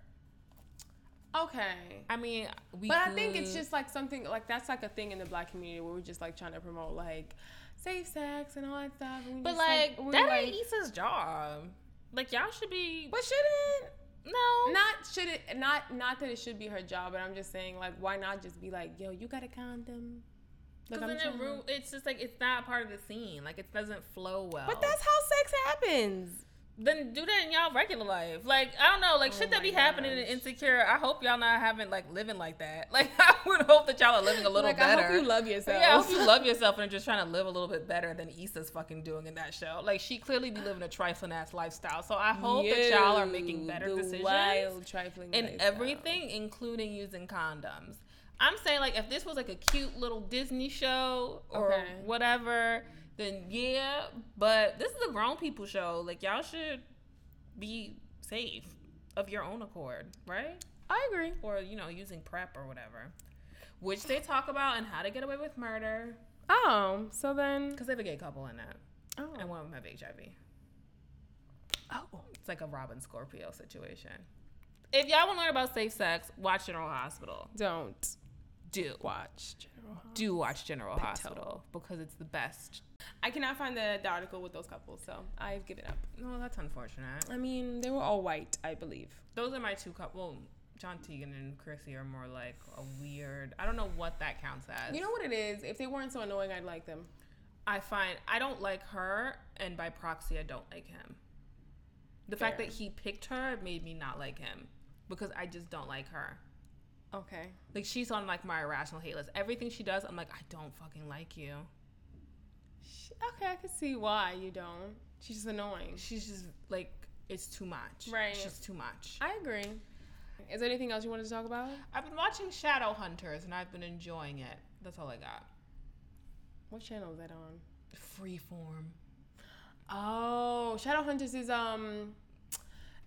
Speaker 2: Okay.
Speaker 1: I mean, we.
Speaker 2: But I think it's
Speaker 1: could-
Speaker 2: just like something like that's like a thing in the black community where we're just like trying to promote like safe sex and all that stuff. and we
Speaker 1: But
Speaker 2: just,
Speaker 1: like
Speaker 2: we're,
Speaker 1: that ain't Issa's job. Like y'all should be.
Speaker 2: But shouldn't
Speaker 1: No.
Speaker 2: not should it not not that it should be her job, but I'm just saying like why not just be like, yo, you got a condom.
Speaker 1: Because
Speaker 2: I'm
Speaker 1: then it
Speaker 2: trying-
Speaker 1: ru- it's just like it's not part of the scene. Like it doesn't flow well.
Speaker 2: But that's how sex happens.
Speaker 1: then do that in y'all regular life. Like I don't know, like shit that
Speaker 2: Oh my
Speaker 1: be happening in
Speaker 2: gosh.
Speaker 1: Insecure. I hope y'all not having like living like that. Like I would hope that y'all are living a little
Speaker 2: like
Speaker 1: better.
Speaker 2: I hope you love yourself.
Speaker 1: yeah, I hope you love yourself and are just trying to live a little bit better than Issa's fucking doing in that show. Like she clearly be living a trifling ass lifestyle. So I hope that y'all are making
Speaker 2: You,
Speaker 1: better
Speaker 2: the
Speaker 1: decisions
Speaker 2: Wild trifling
Speaker 1: in
Speaker 2: lifestyle.
Speaker 1: everything, including using condoms. I'm saying like if this was like a cute little Disney show or
Speaker 2: Okay.
Speaker 1: whatever, then yeah. But this is a grown people show. Like y'all should be safe of your own accord, right?
Speaker 2: I agree.
Speaker 1: Or you know using prep or whatever, which they talk about and how to get away with murder
Speaker 2: Oh, so then
Speaker 1: because they have a gay couple in that
Speaker 2: oh.
Speaker 1: and one of them have HIV.
Speaker 2: oh.
Speaker 1: It's like a Robin Scorpio situation. If y'all want to learn about safe sex, watch General Hospital.
Speaker 2: Don't
Speaker 1: Do.
Speaker 2: watch General Hospital.
Speaker 1: do watch General Hospital because it's the best.
Speaker 2: I cannot find the, the article with those couples, so I've given up.
Speaker 1: No, that's unfortunate.
Speaker 2: I mean, they were all white, I believe.
Speaker 1: Those are my two couples. Well, John Tegan and Chrissy are more like a weird. I don't know what that counts as.
Speaker 2: You know what it is? If they weren't so annoying, I'd like them.
Speaker 1: I find I don't like her, and by proxy, I don't like him. The fact
Speaker 2: Fair.
Speaker 1: that he picked her made me not like him because I just don't like her.
Speaker 2: Okay.
Speaker 1: Like she's on like my irrational hate list. Everything she does, I'm like, I don't fucking like you.
Speaker 2: Sh- Okay, I can see why you don't. She's just annoying.
Speaker 1: She's just like, it's too much.
Speaker 2: Right.
Speaker 1: It's just too much.
Speaker 2: I agree. Is there anything else you wanted to talk about?
Speaker 1: I've been watching Shadow Hunters and I've been enjoying it. That's all I got.
Speaker 2: What channel is that on?
Speaker 1: Freeform.
Speaker 2: Oh, Shadowhunters is um,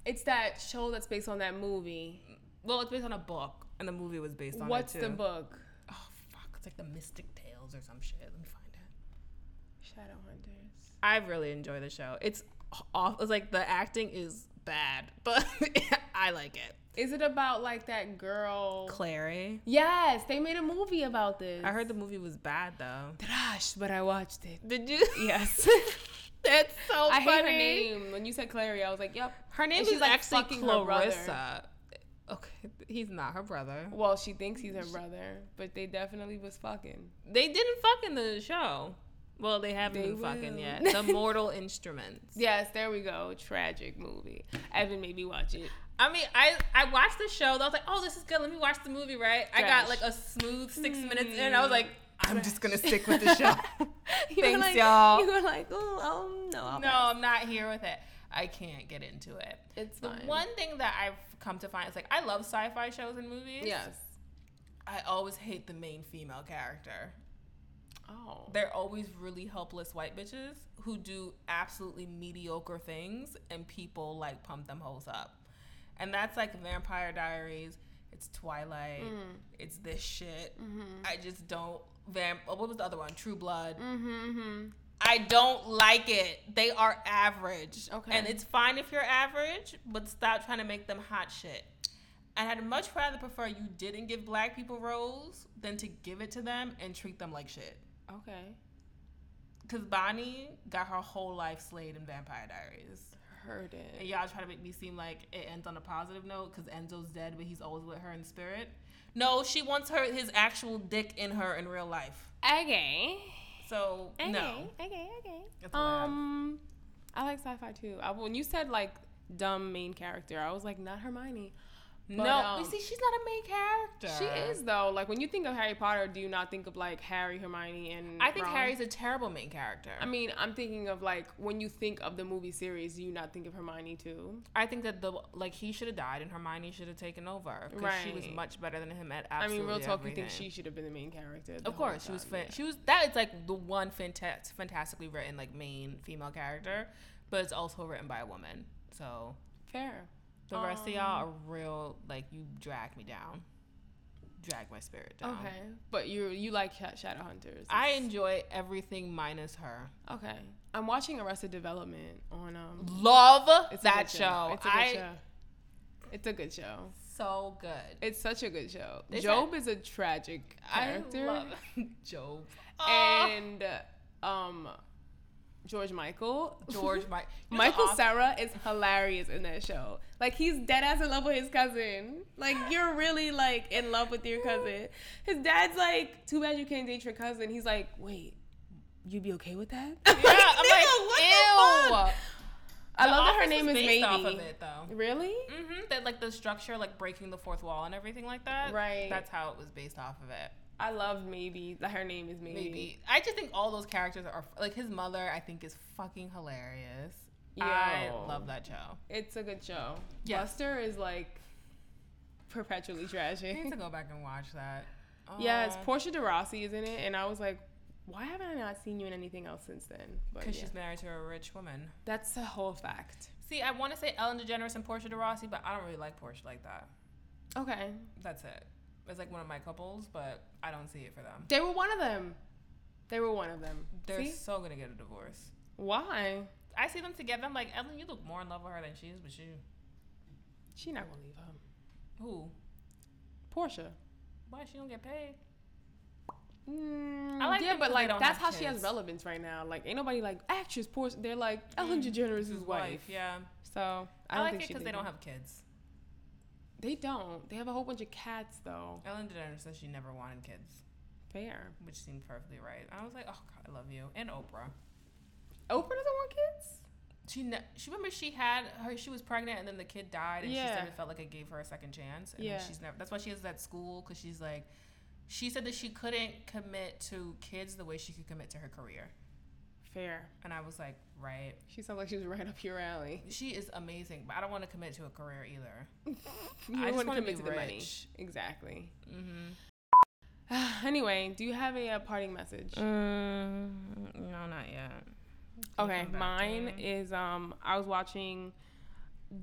Speaker 2: it's that show that's based on that movie.
Speaker 1: Well, it's based on a book, and the movie was based on
Speaker 2: What's
Speaker 1: it
Speaker 2: the
Speaker 1: too.
Speaker 2: book?
Speaker 1: Oh fuck! It's like the Mystic Tales or some shit. Let me find it.
Speaker 2: Shadowhunters.
Speaker 1: I really enjoy the show. It's off. It's like the acting is bad, but I like it.
Speaker 2: Is it about like that girl?
Speaker 1: Clary.
Speaker 2: Yes, they made a movie about this.
Speaker 1: I heard the movie was bad though.
Speaker 2: trash, but I watched it.
Speaker 1: Did you? Yes. That's so
Speaker 2: I hate
Speaker 1: funny.
Speaker 2: her name. When you said Clary, I was like, yep.
Speaker 1: Her name
Speaker 2: And
Speaker 1: is
Speaker 2: she's, like,
Speaker 1: actually
Speaker 2: fucking her brother.
Speaker 1: Clarissa. Okay, he's not her brother.
Speaker 2: Well, she thinks he's her brother, but they definitely was fucking.
Speaker 1: They didn't fuck in the show. Well, they haven't
Speaker 2: They
Speaker 1: been fucking
Speaker 2: will.
Speaker 1: yet. The Mortal Instruments.
Speaker 2: Yes, there we go. Tragic movie. Evan made me watch it.
Speaker 1: I mean, I I watched the show. I was like, oh, this is good. Let me watch the movie. Right? I got
Speaker 2: Trash. Hmm.
Speaker 1: like a smooth six minutes in. I was like, I'm just gonna stick with the show.
Speaker 2: You were
Speaker 1: Thanks,
Speaker 2: like-
Speaker 1: y'all.
Speaker 2: You were like, oh, um, no, I'll
Speaker 1: no, I'm not here with it. I can't get into it.
Speaker 2: It's
Speaker 1: The
Speaker 2: fine.
Speaker 1: one thing that I've come to find is like I love sci-fi shows and movies.
Speaker 2: Yes.
Speaker 1: I always hate the main female character.
Speaker 2: Oh.
Speaker 1: They're always really helpless white bitches who do absolutely mediocre things and people like pump them hoes up. And that's like Vampire Diaries, it's Twilight,
Speaker 2: Mm-hmm.
Speaker 1: it's this shit. I just don't vamp oh, what was the other one? True Blood.
Speaker 2: Mm-hmm.
Speaker 1: I don't like it. They are average.
Speaker 2: Okay.
Speaker 1: And it's fine if you're average, but stop trying to make them hot shit. And I'd much rather prefer you didn't give black people roles than to give it to them and treat them like shit.
Speaker 2: Okay.
Speaker 1: Cause Bonnie got her whole life slayed in Vampire Diaries,
Speaker 2: Heard it.
Speaker 1: and y'all try to make me seem like it ends on a positive note. Cause Enzo's dead, but he's always with her in spirit. No, she wants her his actual dick in her in real life.
Speaker 2: Okay.
Speaker 1: So
Speaker 2: Okay.
Speaker 1: no,
Speaker 2: Okay. Okay.
Speaker 1: That's all I have.
Speaker 2: Um, I like sci-fi too. I, when you said like dumb main character, I was like not Hermione. But,
Speaker 1: no.
Speaker 2: um,
Speaker 1: you see, she's not a main character.
Speaker 2: she is though. Like when you think of Harry Potter, do you not think of like Harry, Hermione, and
Speaker 1: I think
Speaker 2: Ron?
Speaker 1: Harry's a terrible main character.
Speaker 2: I mean, I'm thinking of like when you think of the movie series, do you not think of Hermione too?
Speaker 1: I think that the like he should have died and Hermione should have taken over because she was
Speaker 2: Right.
Speaker 1: much better than him at
Speaker 2: I
Speaker 1: absolutely
Speaker 2: mean, real talk, you think
Speaker 1: everything.
Speaker 2: she should have been the main character? the
Speaker 1: Of course, she
Speaker 2: whole
Speaker 1: was
Speaker 2: time,
Speaker 1: fan- she was that is like the one fanta- fantastically written like main female character, but it's also written by a woman. So
Speaker 2: yeah. fair.
Speaker 1: the rest of
Speaker 2: Um,
Speaker 1: y'all are real like you drag me down, drag my spirit down.
Speaker 2: Okay, Um, but you you like Sh- Shadowhunters?
Speaker 1: I enjoy everything minus her.
Speaker 2: okay. I'm watching Arrested Development on um.
Speaker 1: Love
Speaker 2: It's a
Speaker 1: that
Speaker 2: good
Speaker 1: show.
Speaker 2: It's a good
Speaker 1: I
Speaker 2: show. It's a good show.
Speaker 1: so good.
Speaker 2: It's such a good show.
Speaker 1: Is
Speaker 2: Job is a Ah. tragic character,
Speaker 1: I love Job. Oh,
Speaker 2: and um, George Michael.
Speaker 1: George Mike.
Speaker 2: Michael Sarah is hilarious in that show. Like he's dead ass in love with his cousin. Like you're really like in love with your cousin. His dad's like, too bad you can't date your cousin. He's like, wait, you'd be okay with that?
Speaker 1: Yeah,
Speaker 2: Yeah,
Speaker 1: I'm
Speaker 2: ew.
Speaker 1: like,
Speaker 2: I love that her name is
Speaker 1: based
Speaker 2: Maybe.
Speaker 1: off of it though.
Speaker 2: Really?
Speaker 1: Mm-hmm. That like the structure, like breaking the fourth wall and everything like that.
Speaker 2: Right.
Speaker 1: That's how it was based off of it.
Speaker 2: I love Maybe. That her name is Maybe.
Speaker 1: Maybe. I just think all those characters are like his mother. I think is fucking hilarious. I
Speaker 2: Yo.
Speaker 1: love that show.
Speaker 2: It's a good show.
Speaker 1: Yeah.
Speaker 2: Buster is like perpetually
Speaker 1: I need
Speaker 2: tragic.
Speaker 1: to go back and watch that.
Speaker 2: yes,
Speaker 1: Aw.
Speaker 2: Portia de Rossi is in it, and I was like, why haven't I not seen you in anything else since then? But
Speaker 1: Because
Speaker 2: yeah.
Speaker 1: she's married to a rich woman.
Speaker 2: that's a whole fact.
Speaker 1: See, I want to say Ellen DeGeneres and Portia de Rossi, but I don't really like Portia like that.
Speaker 2: Okay,
Speaker 1: That's it. It's like one of my couples, but I don't see it for them.
Speaker 2: they were one of them. They were one of them.
Speaker 1: They're
Speaker 2: See?
Speaker 1: so gonna get a divorce.
Speaker 2: Why?
Speaker 1: I see them together. I'm like, Ellen, you look more in love with her than she is with you.
Speaker 2: She not gonna leave him.
Speaker 1: Who?
Speaker 2: Portia.
Speaker 1: Why she don't get paid?
Speaker 2: Mm,
Speaker 1: I like
Speaker 2: yeah,
Speaker 1: them 'cause
Speaker 2: but
Speaker 1: they
Speaker 2: like
Speaker 1: don't
Speaker 2: that's
Speaker 1: have
Speaker 2: how she has
Speaker 1: kids.
Speaker 2: relevance right now. Like ain't nobody like actress Portia. They're like Ellen DeGeneres' Mm. wife.
Speaker 1: Yeah.
Speaker 2: So I,
Speaker 1: I,
Speaker 2: don't
Speaker 1: like it
Speaker 2: think she
Speaker 1: because
Speaker 2: did
Speaker 1: they don't
Speaker 2: that.
Speaker 1: have kids.
Speaker 2: They don't. They have a whole bunch of cats though.
Speaker 1: Ellen DeGeneres says she never wanted kids,
Speaker 2: Fair.
Speaker 1: which seemed perfectly right. I was like, oh God, I love you. And Oprah.
Speaker 2: Oprah doesn't want kids.
Speaker 1: She ne- she remember she had her she was pregnant and then the kid died and she
Speaker 2: Yeah.
Speaker 1: said it felt like it gave her a second chance and
Speaker 2: Yeah.
Speaker 1: then she's never that's why she is at school because she's like she said that she couldn't commit to kids the way she could commit to her career
Speaker 2: Fair.
Speaker 1: and I was like right
Speaker 2: She sounds like she's right up your alley.
Speaker 1: she is amazing but I don't want to commit to a career either
Speaker 2: You
Speaker 1: I just
Speaker 2: don't wanna
Speaker 1: want to
Speaker 2: commit
Speaker 1: be
Speaker 2: to the money.
Speaker 1: rich
Speaker 2: Exactly.
Speaker 1: mm-hmm.
Speaker 2: Mm-hmm. anyway, do you have a, uh parting message?
Speaker 1: Mm, no not yet
Speaker 2: Okay, mine is um I was watching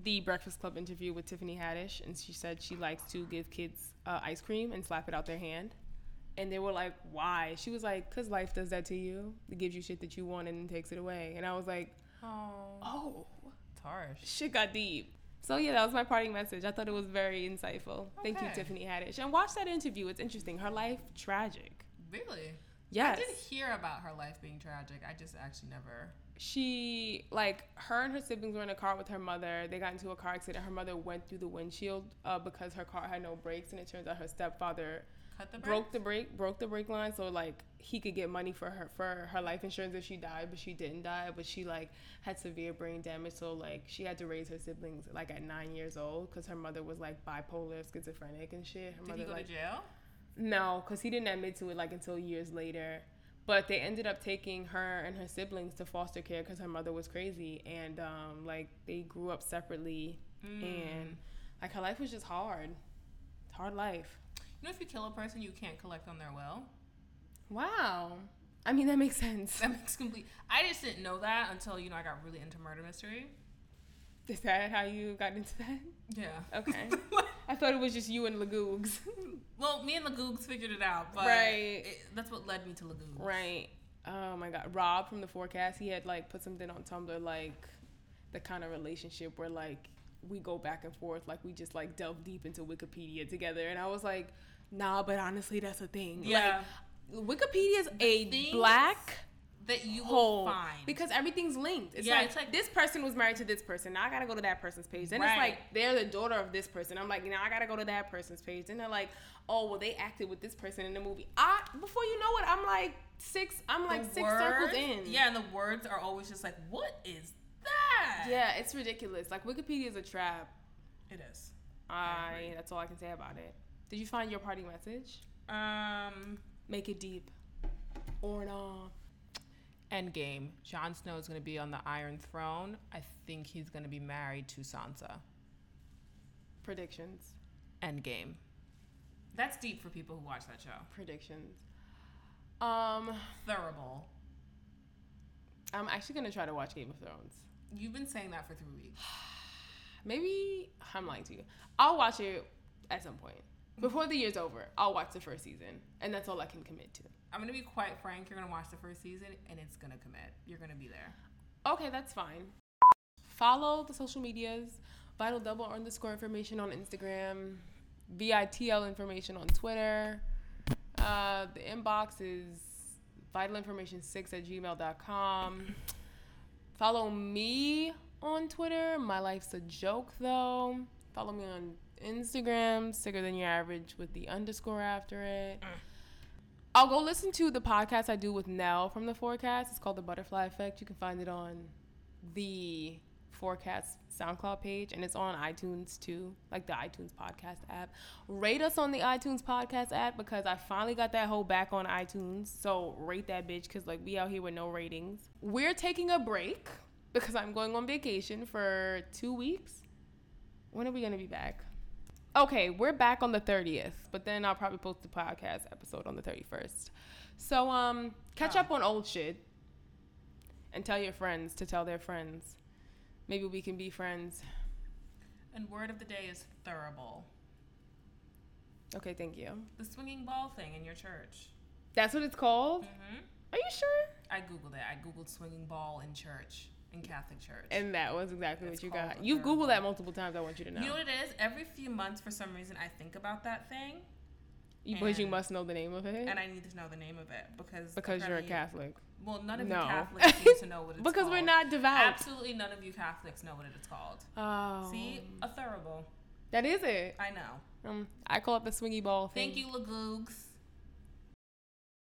Speaker 2: the Breakfast Club interview with Tiffany Haddish and she said she likes to give kids uh, ice cream and slap it out their hand. And they were like, "Why?" She was like, "Cause life does that to you. It gives you shit that you want and then takes it away." And I was like,
Speaker 1: oh
Speaker 2: "Oh,
Speaker 1: it's harsh
Speaker 2: shit got deep." So yeah, that was my parting message. I thought it was very insightful. Thank you,
Speaker 1: Okay.
Speaker 2: Tiffany Haddish. And watch that interview. It's interesting. Her life tragic.
Speaker 1: really
Speaker 2: Yes.
Speaker 1: I did hear about her life being tragic I just actually never
Speaker 2: she like her and her siblings were in a car with her mother. They got into a car accident. Her mother went through the windshield uh, because her car had no brakes, and it turns out her stepfather
Speaker 1: cut the
Speaker 2: broke the brake broke the brake line, so like he could get money for her for her life insurance if she died, but she didn't die. But she like had severe brain damage, so like she had to raise her siblings like at nine years old because her mother was like bipolar, schizophrenic, and shit. Her
Speaker 1: did
Speaker 2: mother
Speaker 1: he go
Speaker 2: like
Speaker 1: to jail
Speaker 2: no, because he didn't admit to it like until years later. But they ended up taking her and her siblings to foster care because her mother was crazy, and um, like they grew up separately, and like her life was just hard, It's hard life.
Speaker 1: You know, if you kill a person, you can't collect on their will.
Speaker 2: Wow, I mean that makes sense.
Speaker 1: That makes complete. I just didn't know that until you know I got really into murder mystery.
Speaker 2: Is that how you got into that?
Speaker 1: Yeah.
Speaker 2: Okay, I thought it was just you and Lagoogs.
Speaker 1: well, me and Lagoogs figured it out, but
Speaker 2: Right.
Speaker 1: it- that's what led me to Lagoogs.
Speaker 2: Right. Oh my God. Rob from the forecast, he had like put something on Tumblr like the kind of relationship where like we go back and forth, like we just like delve deep into Wikipedia together. And I was like, nah, but honestly, that's a thing.
Speaker 1: Yeah.
Speaker 2: Like, Wikipedia is a
Speaker 1: things
Speaker 2: black
Speaker 1: that you will
Speaker 2: hole
Speaker 1: find.
Speaker 2: because everything's linked. It's,
Speaker 1: Yeah,
Speaker 2: like,
Speaker 1: it's like-
Speaker 2: this person was married to this person. Now I gotta go to that person's page. Then it's
Speaker 1: Right.
Speaker 2: like they're the daughter of this person. I'm like, now I gotta go to that person's page. Then they're like, oh well, they acted with this person in the movie. I before you know it, I'm like six. I'm like
Speaker 1: The
Speaker 2: six
Speaker 1: words-
Speaker 2: circles in.
Speaker 1: Yeah, and the words are always just like, what is that?
Speaker 2: yeah, it's ridiculous. Like Wikipedia is a trap.
Speaker 1: It is.
Speaker 2: I that's all I can say about it. Did you find your parting message?
Speaker 1: Um.
Speaker 2: Make it deep, or nah.
Speaker 1: Endgame. Jon Snow is going to be on the Iron Throne. I think he's going to be married to Sansa.
Speaker 2: Predictions.
Speaker 1: Endgame. That's deep for people who watch that show.
Speaker 2: Predictions. Um,
Speaker 1: Thurible.
Speaker 2: I'm actually gonna try to watch Game of Thrones.
Speaker 1: You've been saying that for three weeks.
Speaker 2: Maybe I'm lying to you. I'll watch it at some point. Before the year's over, I'll watch the first season. And that's all I can commit to.
Speaker 1: I'm gonna be quite frank. You're gonna watch the first season, and it's gonna commit. You're gonna be there.
Speaker 2: Okay, that's fine. Follow the social medias. Vital Double underscore information on Instagram. VITL information on Twitter. Uh, the inbox is vitalinformation6 at gmail.com. Follow me on Twitter. My life's a joke, though. Follow me on Instagram, sicker than your average with the underscore after it. I'll go listen to the podcast I do with Nell from the Forecast. It's called The Butterfly Effect. You can find it on the Forecast SoundCloud page, and it's on iTunes too, like the iTunes podcast app. Rate us on the iTunes podcast app because I finally got that whole back on iTunes. So rate that bitch because like we out here with no ratings. We're taking a break because I'm going on vacation for two weeks. When are we gonna be back? Okay, we're back on the 30th, but then I'll probably post the podcast episode on the 31st. So um,
Speaker 1: Ah.
Speaker 2: catch up on old shit and tell your friends to tell their friends. Maybe we can be friends.
Speaker 1: And word of the day is thurible.
Speaker 2: Okay, thank you.
Speaker 1: The swinging ball thing in your church.
Speaker 2: That's what it's called?
Speaker 1: Mm-hmm.
Speaker 2: Are you sure?
Speaker 1: I googled it. I googled swinging ball in church in Catholic church.
Speaker 2: And that was exactly
Speaker 1: It's
Speaker 2: what you
Speaker 1: called
Speaker 2: got.
Speaker 1: a
Speaker 2: You've
Speaker 1: thurible.
Speaker 2: Googled that multiple times. I want you to know.
Speaker 1: You know what it is? Every few months, for some reason, I think about that thing,
Speaker 2: You- but you
Speaker 1: and-
Speaker 2: must know the name of it
Speaker 1: and I need to know the name of it because
Speaker 2: because you're a
Speaker 1: apparently-
Speaker 2: Catholic.
Speaker 1: Well, none of you
Speaker 2: No.
Speaker 1: Catholics seem to know what it's
Speaker 2: Because we're
Speaker 1: called.
Speaker 2: not devout.
Speaker 1: Absolutely none of you Catholics know what it's called.
Speaker 2: Oh,
Speaker 1: See, a thurible.
Speaker 2: that is it.
Speaker 1: I know.
Speaker 2: Um, I call it the swingy ball thing.
Speaker 1: Thank you, Lagoogs.